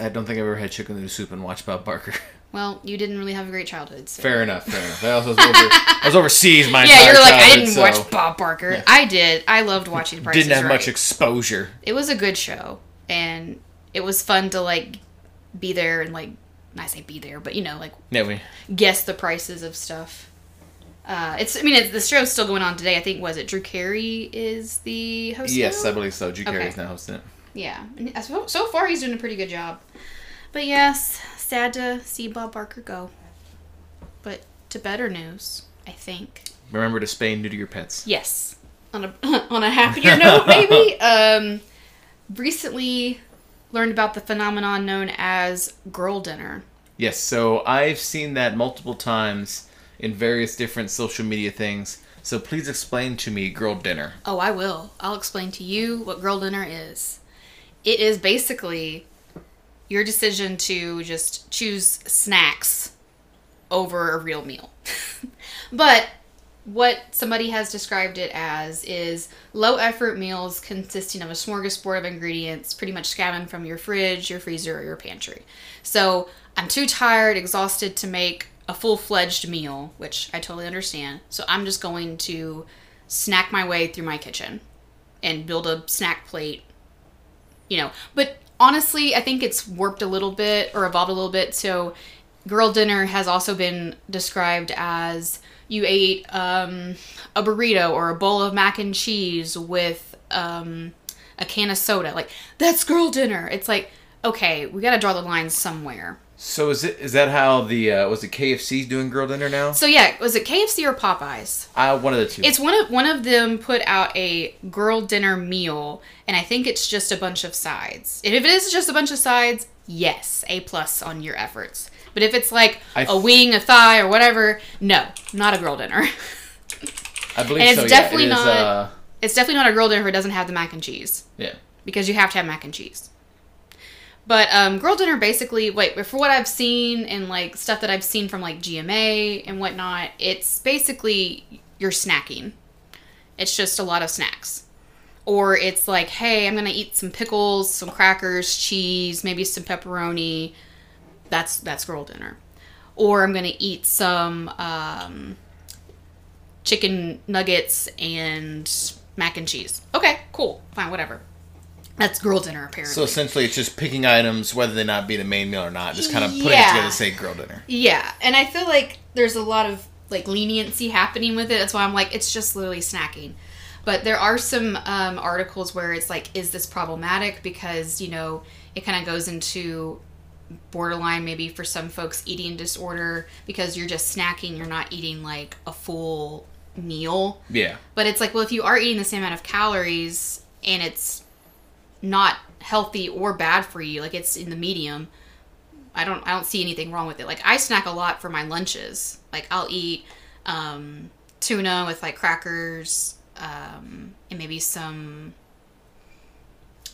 Speaker 3: I don't think I've ever had chicken noodle soup and watched Bob Barker.
Speaker 1: Well, you didn't really have a great childhood. So.
Speaker 3: fair enough. Fair enough. I, also was over, I was overseas my
Speaker 1: Yeah,
Speaker 3: entire
Speaker 1: you're like I
Speaker 3: childhood,
Speaker 1: didn't
Speaker 3: so
Speaker 1: watch Bob Barker. I did. I loved watching The Price
Speaker 3: Didn't
Speaker 1: Is
Speaker 3: have
Speaker 1: Right.
Speaker 3: much exposure.
Speaker 1: it was a good show and it was fun to like be there and like I say be there, but you know, like
Speaker 3: Yeah, we.
Speaker 1: guess the prices of stuff. Uh, it's I mean it's, the show's still going on today. I think was it Drew Carey is the host.
Speaker 3: Yes,
Speaker 1: now?
Speaker 3: I believe so. Drew Carey's
Speaker 1: Okay.
Speaker 3: now hosting it.
Speaker 1: yeah. And as- So far he's doing a pretty good job, but yes, sad to see Bob Barker go. But to better news, I think.
Speaker 3: Remember to spay and neuter your pets.
Speaker 1: Yes. On a on a happier note, maybe. Um, recently learned about the phenomenon known as girl dinner.
Speaker 3: Yes, so I've seen that multiple times in various different social media things. So please explain to me girl dinner.
Speaker 1: Oh, I will. I'll explain to you what girl dinner is. It is basically your decision to just choose snacks over a real meal. but what somebody has described it as is low effort meals consisting of a smorgasbord of ingredients pretty much scavenged from your fridge, your freezer, or your pantry. So I'm too tired, exhausted to make a full fledged meal, which I totally understand. So I'm just going to snack my way through my kitchen and build a snack plate, you know. But honestly, I think it's warped a little bit or evolved a little bit. So, girl dinner has also been described as you ate um, a burrito or a bowl of mac and cheese with um, a can of soda. Like, that's girl dinner. It's like, okay, we got to draw the line somewhere.
Speaker 3: So is it is that how the uh, was it KFC's doing girl dinner now?
Speaker 1: So, yeah, was it KFC or Popeyes?
Speaker 3: Uh, one of the two.
Speaker 1: It's one of one of them put out a girl dinner meal, and I think it's just a bunch of sides. And if it is just a bunch of sides, yes, a plus on your efforts. But if it's like
Speaker 3: I
Speaker 1: a
Speaker 3: th-
Speaker 1: wing, a thigh, or whatever, no, not a girl dinner.
Speaker 3: I believe
Speaker 1: and it's
Speaker 3: so.
Speaker 1: definitely
Speaker 3: yeah, it is,
Speaker 1: not-
Speaker 3: Uh,
Speaker 1: it's definitely not a girl dinner if it doesn't have the mac and cheese
Speaker 3: yeah.
Speaker 1: because you have to have mac and cheese. But um, girl dinner basically, wait, for what I've seen and like stuff that I've seen from like GMA and whatnot, it's basically you're snacking. It's just a lot of snacks. Or it's like, hey, I'm gonna eat some pickles, some crackers, cheese, maybe some pepperoni. That's that's girl dinner. Or I'm gonna eat some um, chicken nuggets and mac and cheese. Okay, cool, fine, whatever. That's girl dinner apparently.
Speaker 3: So essentially, it's just picking items whether they not be the main meal or not, just kind of putting
Speaker 1: Yeah.
Speaker 3: it together to say girl dinner.
Speaker 1: Yeah, and I feel like there's a lot of like leniency happening with it. That's why I'm like, it's just literally snacking. But there are some um, articles where it's like, is this problematic? Because you know, it kind of goes into borderline maybe for some folks eating disorder because you're just snacking, you're not eating like a full meal.
Speaker 3: Yeah.
Speaker 1: But it's like, well, if you are eating the same amount of calories and it's not healthy or bad for you, like it's in the medium, I don't I don't see anything wrong with it. Like I snack a lot for my lunches. Like I'll eat um, tuna with like crackers um, and maybe some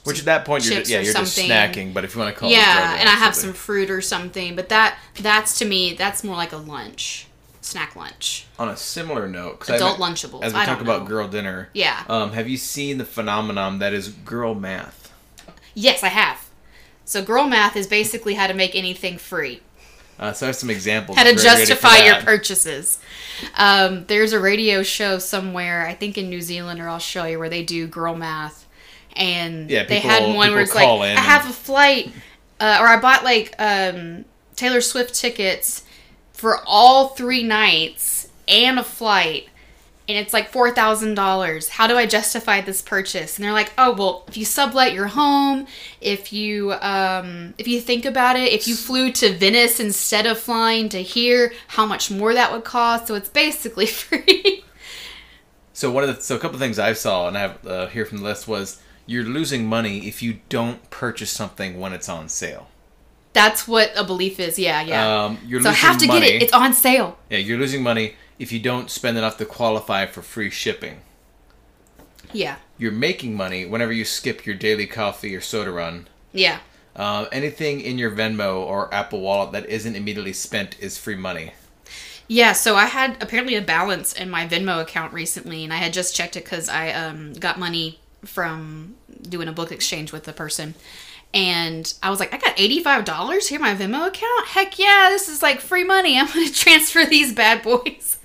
Speaker 3: Which at that point, you're
Speaker 1: chips
Speaker 3: just, yeah,
Speaker 1: or
Speaker 3: you're just
Speaker 1: something.
Speaker 3: snacking. But if you want to call it,
Speaker 1: yeah,
Speaker 3: bread,
Speaker 1: and I have some
Speaker 3: absolutely.
Speaker 1: fruit or something. But that that's to me that's more like a lunch, snack lunch,
Speaker 3: On a similar note, 'cause I
Speaker 1: adult
Speaker 3: haven't-
Speaker 1: lunchables.
Speaker 3: As we
Speaker 1: I
Speaker 3: talk
Speaker 1: don't
Speaker 3: about
Speaker 1: know.
Speaker 3: girl dinner,
Speaker 1: Yeah.
Speaker 3: um, have you seen the phenomenon that is girl math?
Speaker 1: yes, I have. So girl math is basically how to make anything free.
Speaker 3: Uh, so I have some examples.
Speaker 1: how to
Speaker 3: if you're ready for
Speaker 1: justify your
Speaker 3: that.
Speaker 1: purchases. Um, there's a radio show somewhere, I think in New Zealand or Australia, where they do girl math, and
Speaker 3: Yeah,
Speaker 1: they
Speaker 3: people-
Speaker 1: had one
Speaker 3: people
Speaker 1: where it's like,
Speaker 3: call in
Speaker 1: I have
Speaker 3: and-
Speaker 1: a flight, uh, or I bought like um, Taylor Swift tickets for all three nights and a flight. And it's like four thousand dollars. How do I justify this purchase? And they're like, oh well, if you sublet your home, if you um, if you think about it, if you flew to Venice instead of flying to here, how much more that would cost? So it's basically free.
Speaker 3: So one of the so a couple things I saw and I have uh, here from the list was you're losing money if you don't purchase something when it's on sale.
Speaker 1: That's what a belief is. Yeah, yeah.
Speaker 3: Um, you're
Speaker 1: so I
Speaker 3: losing
Speaker 1: have to
Speaker 3: money.
Speaker 1: get it. It's on sale.
Speaker 3: yeah, you're losing money if you don't spend enough to qualify for free shipping.
Speaker 1: Yeah,
Speaker 3: You're making money whenever you skip your daily coffee or soda run.
Speaker 1: yeah.
Speaker 3: Um, anything in your Venmo or Apple Wallet that isn't immediately spent is free money.
Speaker 1: Yeah, so I had apparently a balance in my Venmo account recently, and I had just checked it because I um, got money from doing a book exchange with a person. And I was like, I got $85 here in my Venmo account? Heck yeah, this is like free money. I'm going to transfer these bad boys.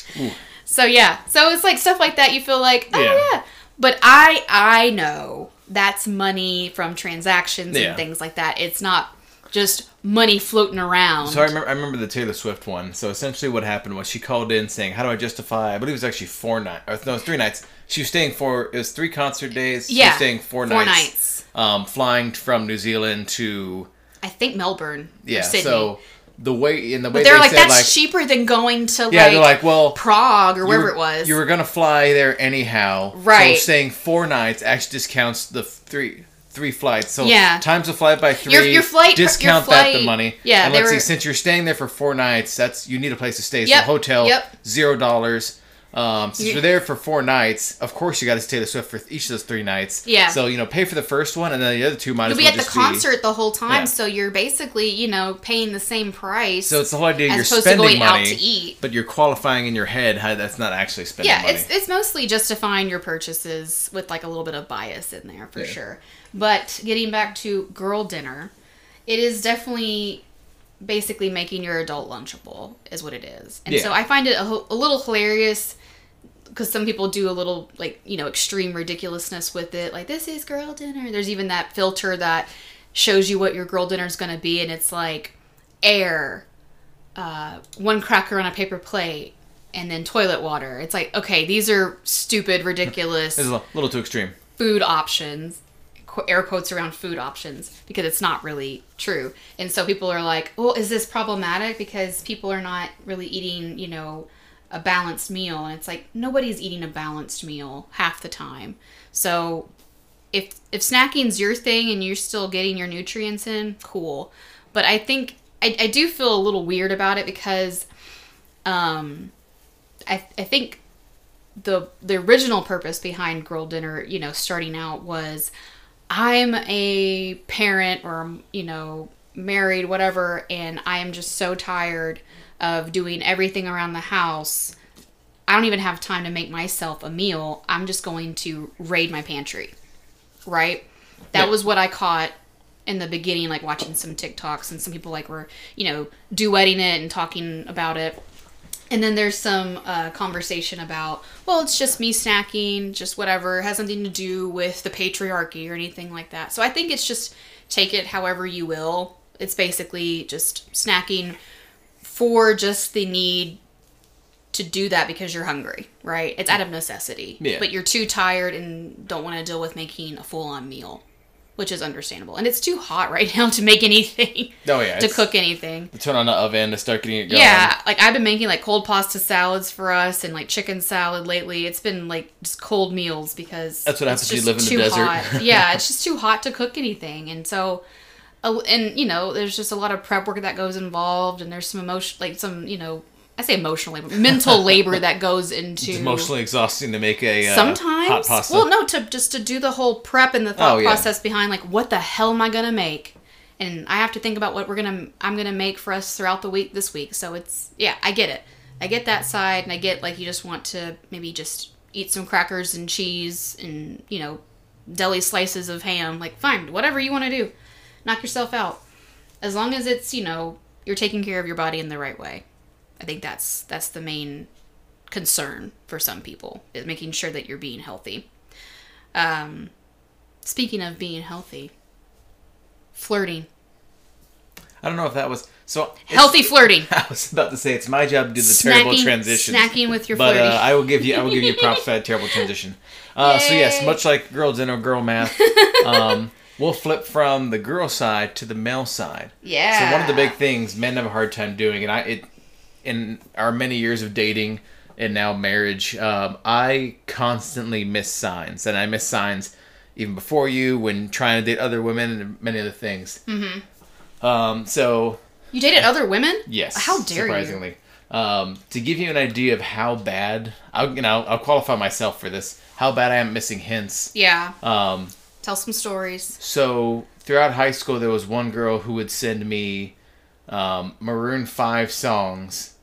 Speaker 1: So yeah, so it's like stuff like that you feel like, oh
Speaker 3: Yeah.
Speaker 1: yeah. But I I know that's money from transactions
Speaker 3: Yeah.
Speaker 1: and things like that. It's not just money floating around.
Speaker 3: So I remember, I remember the Taylor Swift one. So essentially, what happened was she called in saying, "How do I justify?" I believe it was actually four nights. Or no, it was three nights. She was staying for it was three concert days. She was
Speaker 1: Yeah,
Speaker 3: staying four,
Speaker 1: four
Speaker 3: nights. Um, flying from New Zealand to
Speaker 1: I think Melbourne.
Speaker 3: yeah.
Speaker 1: Or Sydney.
Speaker 3: So the way in the way
Speaker 1: They're
Speaker 3: they
Speaker 1: like,
Speaker 3: said
Speaker 1: that's
Speaker 3: like
Speaker 1: cheaper than going to
Speaker 3: yeah,
Speaker 1: like,
Speaker 3: they're like well.
Speaker 1: Prague or
Speaker 3: you
Speaker 1: wherever
Speaker 3: were-
Speaker 1: it was.
Speaker 3: You were gonna fly there anyhow,
Speaker 1: Right.
Speaker 3: So staying four nights actually discounts the three three flights. So
Speaker 1: Yeah.
Speaker 3: times the flight by three.
Speaker 1: Your- your flight- your
Speaker 3: discount that the
Speaker 1: flight-
Speaker 3: money.
Speaker 1: yeah,
Speaker 3: and
Speaker 1: they
Speaker 3: let's see.
Speaker 1: were-
Speaker 3: Since you're staying there for four nights, that's you need a place to stay. So
Speaker 1: Yep,
Speaker 3: hotel
Speaker 1: yep.
Speaker 3: zero dollars. Um, since
Speaker 1: You-
Speaker 3: you're there for four nights, of course you got to stay the Swift for each of those three nights.
Speaker 1: Yeah.
Speaker 3: So you know, pay for the first one, and then the other two might
Speaker 1: You'll
Speaker 3: as
Speaker 1: be
Speaker 3: well
Speaker 1: at the
Speaker 3: just
Speaker 1: concert the whole time,
Speaker 3: Yeah.
Speaker 1: so you're basically, you know, paying the same price.
Speaker 3: So it's the whole idea
Speaker 1: As
Speaker 3: you're
Speaker 1: opposed to
Speaker 3: spending
Speaker 1: going out
Speaker 3: money,
Speaker 1: to eat.
Speaker 3: but you're qualifying in your head how that's not actually spending
Speaker 1: yeah,
Speaker 3: money.
Speaker 1: it's it's mostly justifying your purchases with like a little bit of bias in there for
Speaker 3: Yeah.
Speaker 1: sure. But getting back to girl dinner, it is definitely basically making your adult lunchable is what it is, and so
Speaker 3: Yeah.
Speaker 1: I find it a, ho- a little hilarious because some people do a little like you know extreme ridiculousness with it like this is girl dinner there's even that filter that shows you what your girl dinner is going to be and it's like air uh, one cracker on a paper plate and then toilet water it's like okay these are stupid ridiculous
Speaker 3: This is a little too extreme.
Speaker 1: food options qu- air quotes around food options because it's not really true and so people are like well is this problematic because people are not really eating you know a balanced meal and it's like nobody's eating a balanced meal half the time so if if snacking's your thing and you're still getting your nutrients in cool but i think i, I do feel a little weird about it because um i, I think the the original purpose behind girl dinner you know starting out was i'm a parent or you know married whatever and i am just so tired of doing everything around the house i don't even have time to make myself a meal i'm just going to raid my pantry right that
Speaker 3: Yeah.
Speaker 1: was what i caught in the beginning like watching some tiktoks and some people like were you know duetting it and talking about it and then there's some uh, conversation about, well, it's just me snacking, just whatever. It has nothing to do with the patriarchy or anything like that. So I think it's just take it however you will. It's basically just snacking for just the need to do that because you're hungry, right? It's out of necessity.
Speaker 3: Yeah.
Speaker 1: But you're too tired and don't want to deal with making a full on meal, which is understandable. And it's too hot right now to make anything,
Speaker 3: Oh
Speaker 1: to
Speaker 3: yeah, it's-
Speaker 1: cook anything.
Speaker 3: to turn on the oven to start getting it going.
Speaker 1: Yeah, like I've been making like cold pasta salads for us and like chicken salad lately. It's been like just cold meals because
Speaker 3: That's what happens
Speaker 1: it's
Speaker 3: when you
Speaker 1: just
Speaker 3: live in the
Speaker 1: too
Speaker 3: desert.
Speaker 1: hot. yeah, it's just too hot to cook anything, and so a- and you know, there's just a lot of prep work that goes involved, and there's some emotion, like some you know, I say emotional labor, mental labor that goes into
Speaker 3: It's emotionally exhausting to make a uh,
Speaker 1: sometimes
Speaker 3: hot pasta.
Speaker 1: well no to just to do the whole prep and the thought
Speaker 3: Oh, yeah.
Speaker 1: process behind like what the hell am i gonna make and i have to think about what we're gonna i'm gonna make for us throughout the week this week so it's yeah i get it i get that side and i get like you just want to maybe just eat some crackers and cheese and you know deli slices of ham like fine whatever you want to do knock yourself out as long as it's you know you're taking care of your body in the right way i think that's that's the main concern for some people is making sure that you're being healthy. Um, speaking of being healthy, flirting,
Speaker 3: I don't know if that was so it's-
Speaker 1: healthy flirting,
Speaker 3: I was about to say it's my job to do the terrible
Speaker 1: Snacking-
Speaker 3: transition.
Speaker 1: snacking with your
Speaker 3: but uh,
Speaker 1: flirting.
Speaker 3: I will give you I will give you props for that terrible transition. Uh, so yes,
Speaker 1: Yay.
Speaker 3: much like girl dinner, girl math, um, we'll flip from the girl side to the male side.
Speaker 1: yeah.
Speaker 3: So one of the big things men have a hard time doing, and I it in our many years of dating and now marriage, um, I constantly miss signs, and I miss signs even before you when trying to date other women and many other things. Mm-hmm. Um, so
Speaker 1: you dated other women?
Speaker 3: Yes.
Speaker 1: How dare you.
Speaker 3: surprisingly. Um, to give you an idea of how bad, I'll, you know, I'll qualify myself for this. How bad I am at missing hints.
Speaker 1: Yeah.
Speaker 3: Um,
Speaker 1: Tell some stories.
Speaker 3: so throughout high school, there was one girl who would send me um, Maroon Five songs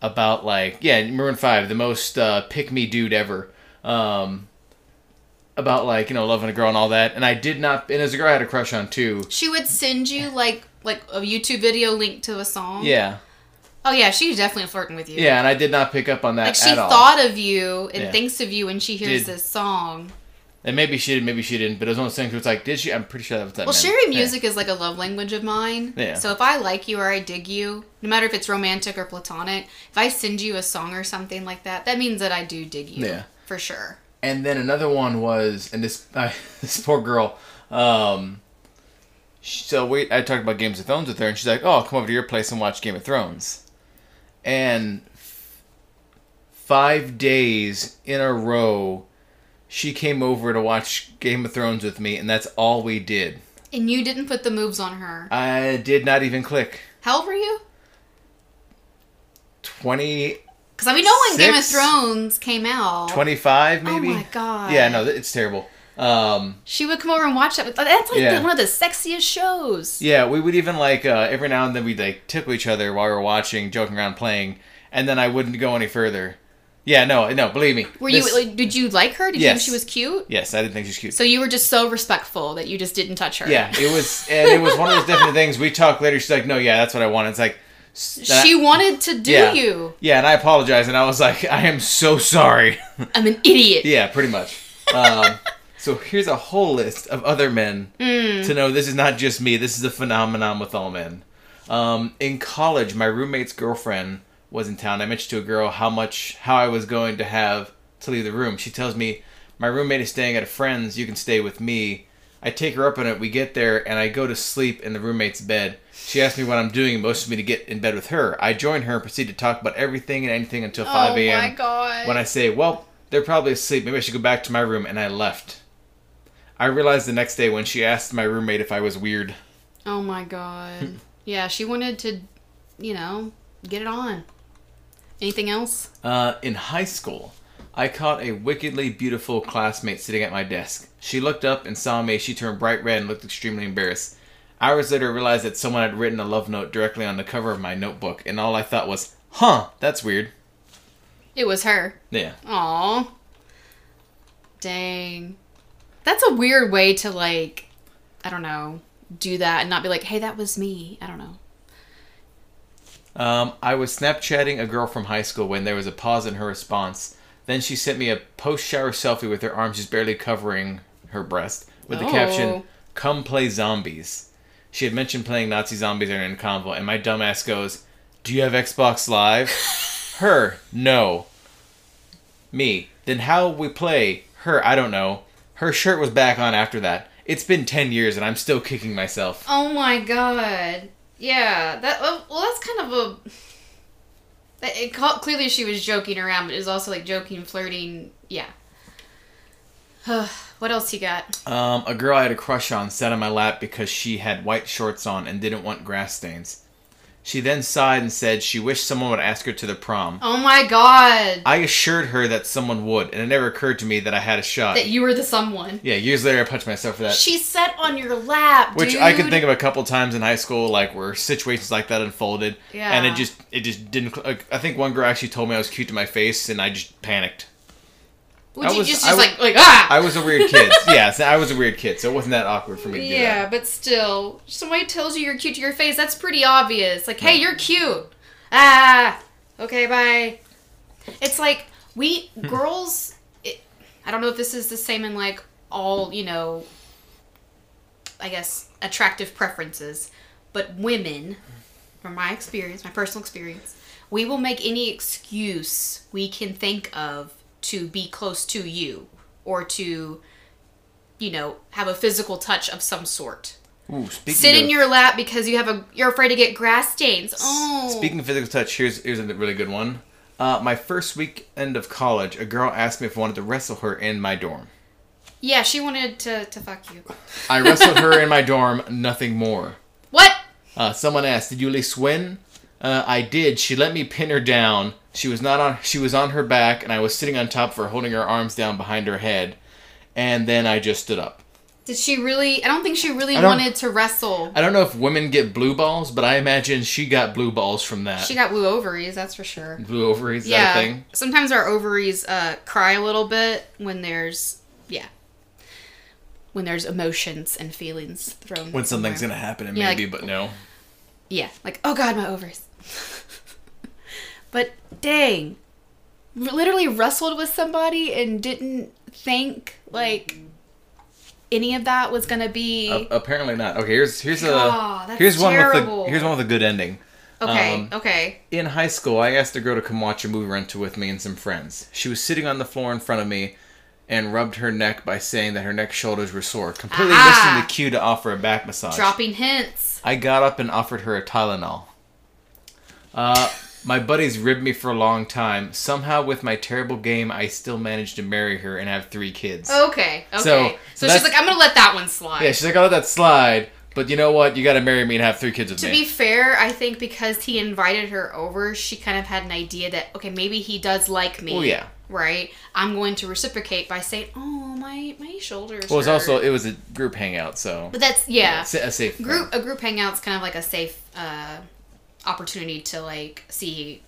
Speaker 3: about like yeah, Maroon Five, the most uh, pick me dude ever. Um, about like you know loving a girl and all that, and I did not. And as a girl, I had a crush on too.
Speaker 1: She would send you like like a YouTube video link to a song.
Speaker 3: Yeah,
Speaker 1: Oh yeah, she's definitely flirting with you.
Speaker 3: yeah, and I did not pick up on that
Speaker 1: Like she
Speaker 3: at all.
Speaker 1: thought of you and
Speaker 3: Yeah.
Speaker 1: thinks of you when she hears
Speaker 3: Did-
Speaker 1: this song.
Speaker 3: And maybe she did, maybe she didn't. But it was one of those things where it's like, did she? I'm pretty sure that was that.
Speaker 1: Well,
Speaker 3: man.
Speaker 1: sharing
Speaker 3: Yeah.
Speaker 1: music is like a love language of mine.
Speaker 3: Yeah.
Speaker 1: So if I like you or I dig you, no matter if it's romantic or platonic, if I send you a song or something like that, that means that I do dig you.
Speaker 3: Yeah.
Speaker 1: For sure.
Speaker 3: And then another one was, and this I this poor girl. Um, sh- so we I talked about Games of Thrones with her, and she's like, "Oh, I'll come over to your place and watch Game of Thrones," and f- five days in a row, she came over to watch Game of Thrones with me, and that's all we did.
Speaker 1: And you didn't put the moves on her.
Speaker 3: I did not even click
Speaker 1: How old were you?
Speaker 3: twenty
Speaker 1: Because I mean, no when Game of
Speaker 3: Six?
Speaker 1: Thrones came out.
Speaker 3: 25 maybe.
Speaker 1: Oh my god.
Speaker 3: Yeah, no, th- it's terrible. Um,
Speaker 1: She would come over and watch that. with- That's like
Speaker 3: Yeah.
Speaker 1: the- one of the sexiest shows.
Speaker 3: Yeah, we would even like uh, every now and then we'd like tickle each other while we were watching, joking around, playing, and then I wouldn't go any further. Yeah, no, no, believe me.
Speaker 1: Were
Speaker 3: This-
Speaker 1: you? like, Did you like her? Did you think
Speaker 3: Yes.
Speaker 1: she was cute?
Speaker 3: Yes, I didn't think she was cute.
Speaker 1: So you were just so respectful that you just didn't touch her.
Speaker 3: yeah, it was, and it was one of those definite things. We talked later. She's like, "No, yeah, that's what I wanted." It's like that-
Speaker 1: She wanted to do
Speaker 3: Yeah.
Speaker 1: you.
Speaker 3: Yeah, and I apologized, and I was like, "I am so sorry."
Speaker 1: I'm an idiot.
Speaker 3: yeah, pretty much. Um, so here's a whole list of other men
Speaker 1: Hmm.
Speaker 3: to know. This is not just me. This is a phenomenon with all men. Um, in college, my roommate's girlfriend was in town. I mentioned to a girl how much how I was going to have to leave the room. She tells me my roommate is staying at a friend's. You can stay with me. I take her up on it. We get there, and I go to sleep in the roommate's bed. She asks me what I'm doing and motions me to get in bed with her. I join her and proceed to talk about everything and anything until 5
Speaker 1: oh
Speaker 3: a.m.
Speaker 1: my god.
Speaker 3: When I say, well, they're probably asleep, maybe I should go back to my room, and I left. I realized the next day when she asked my roommate if I was weird.
Speaker 1: Oh my god. yeah, she wanted to, you know, get it on. Anything else?
Speaker 3: Uh, in high school, I caught a wickedly beautiful classmate sitting at my desk. She looked up and saw me. She turned bright red and looked extremely embarrassed. Hours later, I realized that someone had written a love note directly on the cover of my notebook, and all I thought was, huh, that's weird.
Speaker 1: It was her.
Speaker 3: Yeah.
Speaker 1: Aw. Dang. That's a weird way to like I don't know, do that and not be like, hey, that was me. I don't know.
Speaker 3: Um, I was Snapchatting a girl from high school when there was a pause in her response. Then she sent me a post shower selfie with her arms just barely covering her breast with the
Speaker 1: Oh.
Speaker 3: caption, Come play zombies. She had mentioned playing Nazi zombies in a convo, and my dumbass goes, Do you have Xbox Live? her, no. Me, then how we play? Her, I don't know. Her shirt was back on after that. It's been 10 years and I'm still kicking myself.
Speaker 1: Oh my god. Yeah. That oh, well that's kind of a that- it ca- clearly she was joking around, but it was also like joking, flirting. Yeah. what else you got?
Speaker 3: Um, a girl I had a crush on sat on my lap because she had white shorts on and didn't want grass stains. She then sighed and said she wished someone would ask her to the prom.
Speaker 1: Oh my god.
Speaker 3: I assured her that someone would, and it never occurred to me that I had a shot.
Speaker 1: That you were the someone.
Speaker 3: yeah, years later I punched myself for that.
Speaker 1: She sat on your lap,
Speaker 3: which
Speaker 1: dude.
Speaker 3: I could think of a couple times in high school, like where situations like that unfolded, and
Speaker 1: Yeah.
Speaker 3: it just it just didn't. cl- Like, I think one girl actually told me I was cute to my face, and I just panicked.
Speaker 1: Would
Speaker 3: I
Speaker 1: you
Speaker 3: was-
Speaker 1: just,
Speaker 3: I
Speaker 1: just
Speaker 3: was-
Speaker 1: like, like, ah!
Speaker 3: I was a weird kid. yes, I was a weird kid, so it wasn't that awkward for me to do that.
Speaker 1: Yeah, but still, somebody tells you you're cute to your face. That's pretty obvious. Like, hey, you're cute. Ah, okay, bye. It's like we
Speaker 3: Hmm.
Speaker 1: girls. It, I don't know if this is the same in like all you know. I guess attractive preferences, but women, from my experience, my personal experience, we will make any excuse we can think of to be close to you or to you know, have a physical touch of some sort.
Speaker 3: Ooh, speaking
Speaker 1: Sit
Speaker 3: of-
Speaker 1: in your lap because you have a you're afraid to get grass stains. Oh.
Speaker 3: Speaking of physical touch, here's here's a really good one. Uh, my first weekend of college, a girl asked me if I wanted to wrestle her in my dorm.
Speaker 1: Yeah, she wanted to to fuck you.
Speaker 3: I wrestled her in my dorm, nothing more.
Speaker 1: What?
Speaker 3: Uh, someone asked, "Did you at least win?" Uh, I did. She let me pin her down. She was not on. She was on her back, and I was sitting on top of her, holding her arms down behind her head. And then I just stood up.
Speaker 1: Did she really I don't think she really
Speaker 3: I don't-
Speaker 1: wanted to wrestle.
Speaker 3: I don't know if women get blue balls, but I imagine she got blue balls from that.
Speaker 1: She got blue ovaries, that's for sure.
Speaker 3: blue ovaries. Is
Speaker 1: yeah.
Speaker 3: that a thing?
Speaker 1: Sometimes our ovaries uh cry a little bit when there's yeah. When there's emotions and feelings thrown.
Speaker 3: When something's
Speaker 1: somewhere.
Speaker 3: gonna happen, and
Speaker 1: Yeah,
Speaker 3: maybe,
Speaker 1: like-
Speaker 3: but no.
Speaker 1: Yeah, like oh god, my ovaries. but dang, R- literally wrestled with somebody and didn't think like any of that was gonna be
Speaker 3: A- apparently not. Okay, here's here's a
Speaker 1: Aw, that's
Speaker 3: here's one with
Speaker 1: terrible.
Speaker 3: the here's one with a good ending.
Speaker 1: okay.
Speaker 3: um,
Speaker 1: okay,
Speaker 3: In high school, I asked a girl to come watch a movie rental with me and some friends. She was sitting on the floor in front of me and rubbed her neck by saying that her neck shoulders were sore, completely
Speaker 1: Ah.
Speaker 3: missing the cue to offer a back massage.
Speaker 1: dropping hints.
Speaker 3: I got up and offered her a Tylenol. Uh, my buddies ribbed me for a long time. Somehow, with my terrible game, I still managed to marry her and have three kids.
Speaker 1: Okay, okay. So,
Speaker 3: so
Speaker 1: she's
Speaker 3: that's-
Speaker 1: like, I'm gonna let that one slide.
Speaker 3: Yeah, she's like, I'll let that slide, but you know what? You gotta marry me and have three kids with
Speaker 1: to
Speaker 3: me.
Speaker 1: be fair, I think because he invited her over, she kind of had an idea that okay, maybe he does like me.
Speaker 3: Oh, yeah.
Speaker 1: right. I'm going to reciprocate by saying, oh my my shoulders.
Speaker 3: Well, it was
Speaker 1: hurt."
Speaker 3: also it was a group hangout, so
Speaker 1: But that's yeah.
Speaker 3: sa- a safe
Speaker 1: group a group hangout's kind of like a safe uh, opportunity to like see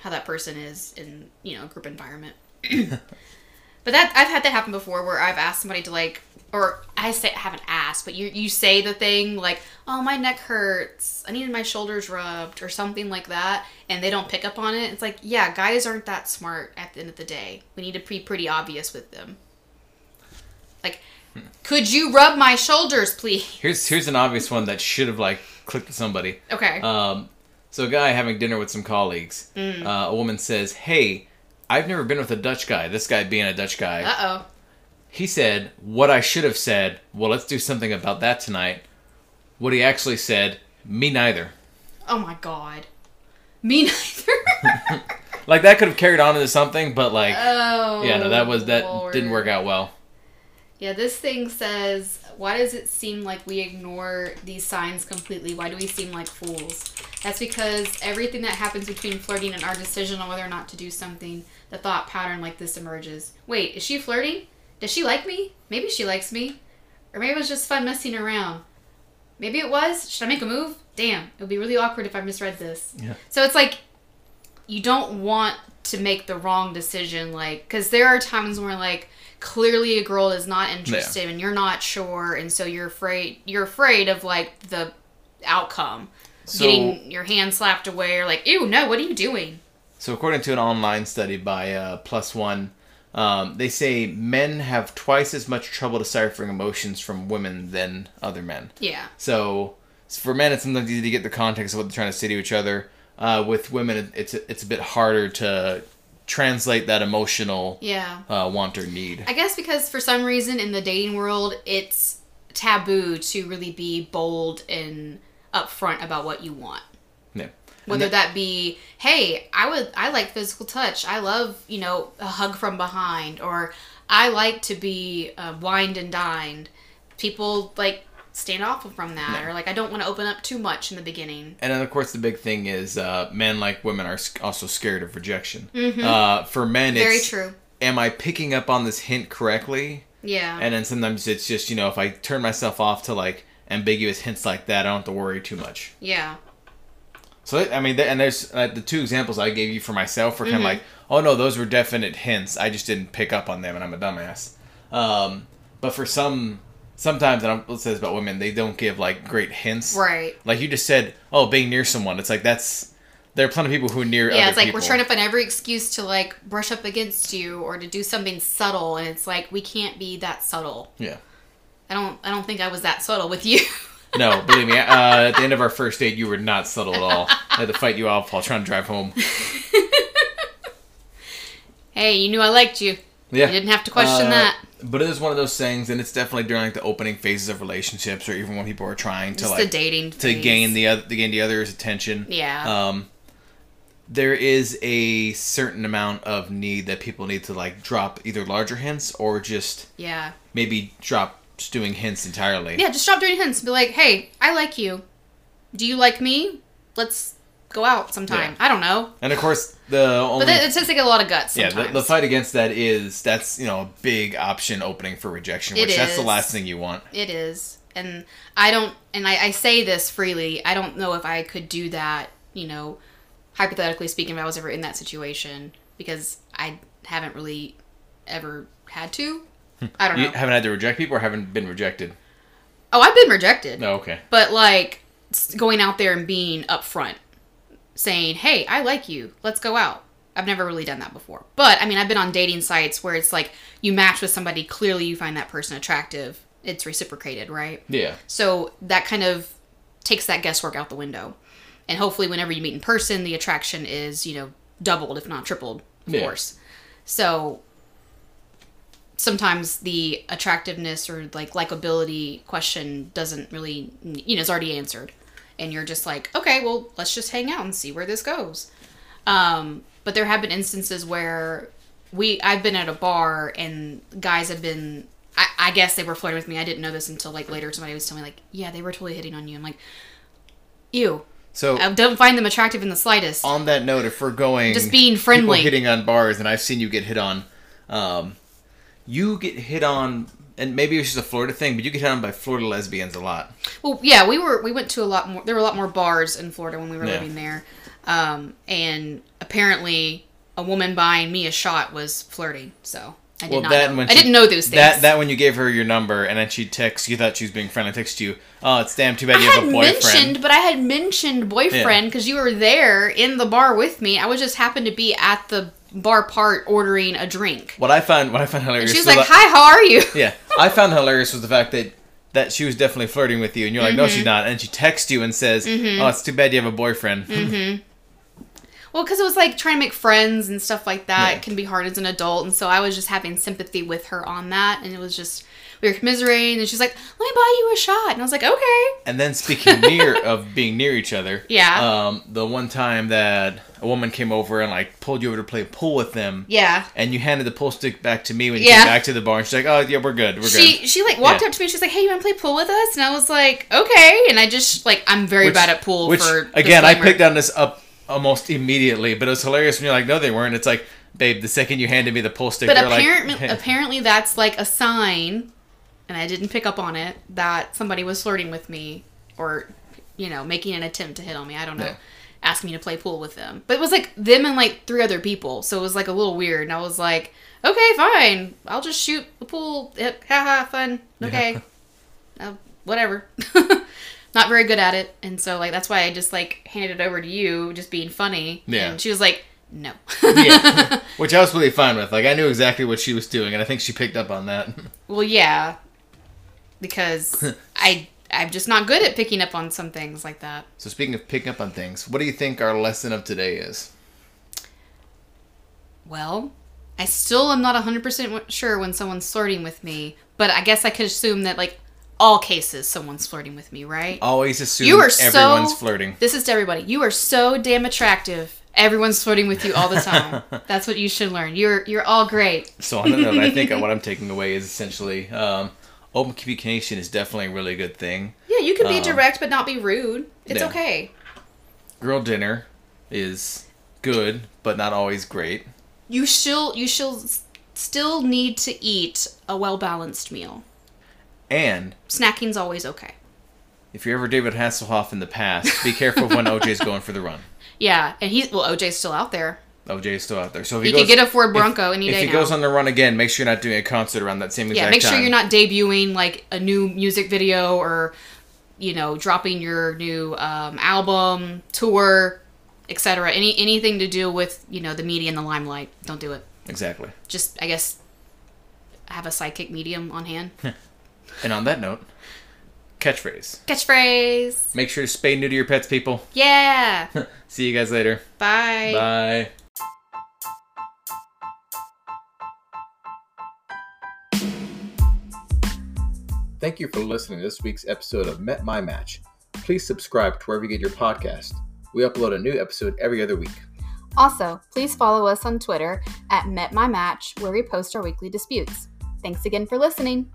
Speaker 1: how that person is in you know a group environment but that i've had that happen before where i've asked somebody to like or i say I haven't asked but you you say the thing like oh my neck hurts i needed my shoulders rubbed or something like that and they don't pick up on it it's like yeah guys aren't that smart at the end of the day we need to be pretty obvious with them like could you rub my shoulders please
Speaker 3: Here's here's an obvious one that should have like clicked with somebody.
Speaker 1: okay
Speaker 3: Um, so a guy having dinner with some colleagues,
Speaker 1: Mm.
Speaker 3: uh, a woman says, "Hey, I've never been with a Dutch guy. This guy being a Dutch guy,
Speaker 1: Uh oh.
Speaker 3: he said what I should have said. Well, let's do something about that tonight. What he actually said, me neither.
Speaker 1: Oh my god. Me neither.
Speaker 3: Like that could have carried on into something, but like,
Speaker 1: oh.
Speaker 3: yeah, no, that was that
Speaker 1: Lord.
Speaker 3: didn't work out well.
Speaker 1: Yeah, this thing says, why does it seem like we ignore these signs completely? Why do we seem like fools? That's because everything that happens between flirting and our decision on whether or not to do something, the thought pattern like this emerges. Wait, is she flirting? Does she like me? Maybe she likes me. Or maybe it was just fun messing around. Maybe it was. Should I make a move? Damn, it would be really awkward if I misread this.
Speaker 3: Yeah.
Speaker 1: So it's like you don't want to make the wrong decision, like because there are times where like clearly a girl is not interested and you're not sure, and so you're afraid you're afraid of like the outcome,
Speaker 3: So-
Speaker 1: getting your hand slapped away or like ew no, what are you doing?
Speaker 3: So, according to an online study by uh, Plus One, um, they say men have twice as much trouble deciphering emotions from women than other men.
Speaker 1: Yeah,
Speaker 3: So, for men, it's sometimes easy to get the context of what they're trying to say to each other. Uh, with women, it- it's it's a bit harder to translate that emotional
Speaker 1: yeah.
Speaker 3: uh, want or need.
Speaker 1: I guess because for some reason in the dating world, it's taboo to really be bold and upfront about what you want.
Speaker 3: Yeah.
Speaker 1: whether that be hey i would i like physical touch i love you know a hug from behind or I like to be uh, wined and dined. People like stand off from that, or like I don't want to open up too much in the beginning.
Speaker 3: And then, of course, the big thing is uh, men, like women, are sc- also scared of rejection. Uh, for men,
Speaker 1: Mm-hmm. Very
Speaker 3: it's
Speaker 1: true.
Speaker 3: Am I picking up on this hint correctly?
Speaker 1: Yeah.
Speaker 3: And then sometimes it's just you know if I turn myself off to like ambiguous hints like that, I don't have to worry too much.
Speaker 1: yeah.
Speaker 3: So I mean, th- and there's uh, the two examples I gave you for myself were kind
Speaker 1: Mm-hmm.
Speaker 3: of like, oh no, those were definite hints. I just didn't pick up on them, and I'm a dumbass. Um, but for some, sometimes, and I'm, let's say this about women, they don't give like great hints.
Speaker 1: Right.
Speaker 3: Like you just said, oh, being near someone. It's like that's there are plenty of people who are near.
Speaker 1: Yeah,
Speaker 3: other
Speaker 1: it's like we're
Speaker 3: people.
Speaker 1: trying to find every excuse to like brush up against you or to do something subtle, and it's like we can't be that subtle.
Speaker 3: Yeah.
Speaker 1: I don't. I don't think I was that subtle with you.
Speaker 3: No, believe me. Uh, at the end of our first date, you were not subtle at all. I had to fight you off while trying to drive home.
Speaker 1: hey, you knew I liked you.
Speaker 3: Yeah.
Speaker 1: You didn't have to question
Speaker 3: Uh,
Speaker 1: that.
Speaker 3: But it is one of those things, and it's definitely during like the opening phases of relationships, or even when people are trying to
Speaker 1: Just
Speaker 3: like
Speaker 1: the dating.
Speaker 3: to gain the other to gain the other's attention.
Speaker 1: Yeah.
Speaker 3: Um, there is a certain amount of need that people need to like drop either larger hints or just
Speaker 1: yeah.
Speaker 3: maybe drop doing hints entirely.
Speaker 1: Yeah. Just stop doing hints. Be like, hey, I like you. Do you like me? Let's go out sometime.
Speaker 3: Yeah.
Speaker 1: I don't know.
Speaker 3: And of course, the only
Speaker 1: But that, it takes like a lot of guts.
Speaker 3: yeah
Speaker 1: Sometimes.
Speaker 3: the, the fight against that is that's you know a big option opening for rejection,
Speaker 1: It
Speaker 3: which that's the
Speaker 1: is.
Speaker 3: last thing you want.
Speaker 1: It is. And I don't, and I, I say this freely, I don't know if I could do that, you know, hypothetically speaking, if I was ever in that situation, because I haven't really ever had to. I don't
Speaker 3: Hmm. You
Speaker 1: know.
Speaker 3: haven't had to reject people or haven't been rejected.
Speaker 1: Oh, I've been rejected.
Speaker 3: No, okay.
Speaker 1: But like s- going out there and being upfront, saying, "Hey, I like you. Let's go out." I've never really done that before. But I mean, I've been on dating sites where it's like you match with somebody, clearly you find that person attractive. It's reciprocated, right?
Speaker 3: Yeah.
Speaker 1: So that kind of takes that guesswork out the window. And hopefully, whenever you meet in person, the attraction is, you know, doubled, if not tripled, of
Speaker 3: Yeah.
Speaker 1: course. So sometimes the attractiveness or like likability question doesn't really, you know, is already answered. And you're just like, okay, well, let's just hang out and see where this goes. Um, but there have been instances where we I've been at a bar and guys have been I, I guess they were flirting with me. I didn't know this until like later. Somebody was telling me like, yeah, they were totally hitting on you. I'm like, ew.
Speaker 3: So
Speaker 1: I don't find them attractive in the slightest.
Speaker 3: on that note, if we're going
Speaker 1: Just being friendly.
Speaker 3: people hitting on bars, and I've seen you get hit on. Um, you get hit on, and maybe it's just a Florida thing, but you get hit on by Florida lesbians a lot.
Speaker 1: Well, yeah, we were we went to a lot more. There were a lot more bars in Florida when we were
Speaker 3: Yeah.
Speaker 1: living there, um, and apparently a woman buying me a shot was flirting. So I did
Speaker 3: Well,
Speaker 1: not.
Speaker 3: that and
Speaker 1: know.
Speaker 3: when
Speaker 1: I
Speaker 3: she-
Speaker 1: didn't know those things.
Speaker 3: That that when you gave her your number, and then she texts you thought she was being friendly, texts you, oh, it's damn too bad
Speaker 1: I
Speaker 3: you have
Speaker 1: had
Speaker 3: a boyfriend.
Speaker 1: mentioned, but I had mentioned boyfriend because you were there in the bar with me. I was just happened to be at the bar part ordering a drink.
Speaker 3: what I found what I found hilarious
Speaker 1: She was
Speaker 3: was
Speaker 1: like,
Speaker 3: that-
Speaker 1: "Hi, how are you?"
Speaker 3: yeah, I found hilarious was the fact that. That she was definitely flirting with you, and you're like, no,
Speaker 1: Mm-hmm.
Speaker 3: she's not. And she texts you and says, "Oh, it's too bad you have a boyfriend."
Speaker 1: Mm-hmm. Well, because it was like trying to make friends and stuff like that
Speaker 3: Yeah.
Speaker 1: it can be hard as an adult, and so I was just having sympathy with her on that, and it was just we were commiserating, and she's like, "Let me buy you a shot," and I was like, "Okay."
Speaker 3: And then speaking near of being near each other,
Speaker 1: Yeah.
Speaker 3: Um, the one time that a woman came over and like pulled you over to play pool with them,
Speaker 1: Yeah.
Speaker 3: and you handed the pool stick back to me when you
Speaker 1: Yeah.
Speaker 3: came back to the bar, and she's like, "Oh yeah, we're good, we're
Speaker 1: She
Speaker 3: good."
Speaker 1: she like walked
Speaker 3: Yeah.
Speaker 1: up to me. She's like, "Hey, you want to play pool with us?" And I was like, "Okay." And I just like I'm very bad at pool.
Speaker 3: Which
Speaker 1: for
Speaker 3: again, I
Speaker 1: disclaimer.
Speaker 3: picked on this up almost immediately, but it was hilarious when you're like, "No, they weren't." It's like, babe, the second you handed me the pool stick,
Speaker 1: But
Speaker 3: they're
Speaker 1: apparently,
Speaker 3: like,
Speaker 1: apparently that's like a sign, and I didn't pick up on it that somebody was flirting with me or, you know, making an attempt to hit on me. I don't know.
Speaker 3: Yeah.
Speaker 1: Asked me to play pool with them, but it was like them and like three other people, so it was like a little weird. And I was like, okay, fine, I'll just shoot the pool. Yep, haha, fun. Okay, uh, whatever. Not very good at it, and so like that's why I just like handed it over to you, just being funny.
Speaker 3: Yeah.
Speaker 1: And she was like, no.
Speaker 3: Yeah. which I was really fine with. Like, I knew exactly what she was doing, and I think she picked up on that.
Speaker 1: Well, yeah, because I I'm just not good at picking up on some things like that.
Speaker 3: So speaking of picking up on things, what do you think our lesson of today is?
Speaker 1: Well, I still am not 100% w- sure when someone's flirting with me, but I guess I could assume that like all cases someone's flirting with me, right?
Speaker 3: always assume
Speaker 1: you are
Speaker 3: everyone's
Speaker 1: so
Speaker 3: flirting.
Speaker 1: This is to everybody. You are so damn attractive Everyone's flirting with you all the time. That's what you should learn. You're you're all great.
Speaker 3: So on that note, I think what I'm taking away is essentially um, open communication is definitely a really good thing.
Speaker 1: Yeah, you can be direct but not be rude. It's
Speaker 3: Um, yeah.
Speaker 1: okay.
Speaker 3: Girl dinner is good, but not always great.
Speaker 1: You still you shall s- still need to eat a well balanced meal.
Speaker 3: And
Speaker 1: Snacking's always okay.
Speaker 3: if you're ever David Hasselhoff in the past, be careful when OJ's going for the run.
Speaker 1: Yeah, and he's well, OJ's still out there.
Speaker 3: OJ is still out there. So if he,
Speaker 1: You
Speaker 3: goes,
Speaker 1: can get a Ford Bronco any
Speaker 3: if
Speaker 1: day
Speaker 3: he
Speaker 1: now.
Speaker 3: goes on the run again, make sure you're not doing a concert around that same exact
Speaker 1: yeah,
Speaker 3: time.
Speaker 1: make sure you're not debuting like a new music video or you know dropping your new um, album, tour, etc. Any anything to do with you know the media and the limelight. Don't do it.
Speaker 3: Exactly.
Speaker 1: Just I guess have a psychic medium on hand.
Speaker 3: And on that note, catchphrase.
Speaker 1: Catchphrase.
Speaker 3: Make sure to spay new to your pets, people.
Speaker 1: Yeah.
Speaker 3: See you guys later.
Speaker 1: Bye.
Speaker 3: Bye.
Speaker 2: Thank you for listening to this week's episode of Met My Match. Please subscribe to wherever you get your podcast. We upload a new episode every other week.
Speaker 4: Also, please follow us on Twitter at MetMyMatch, where we post our weekly disputes. Thanks again for listening.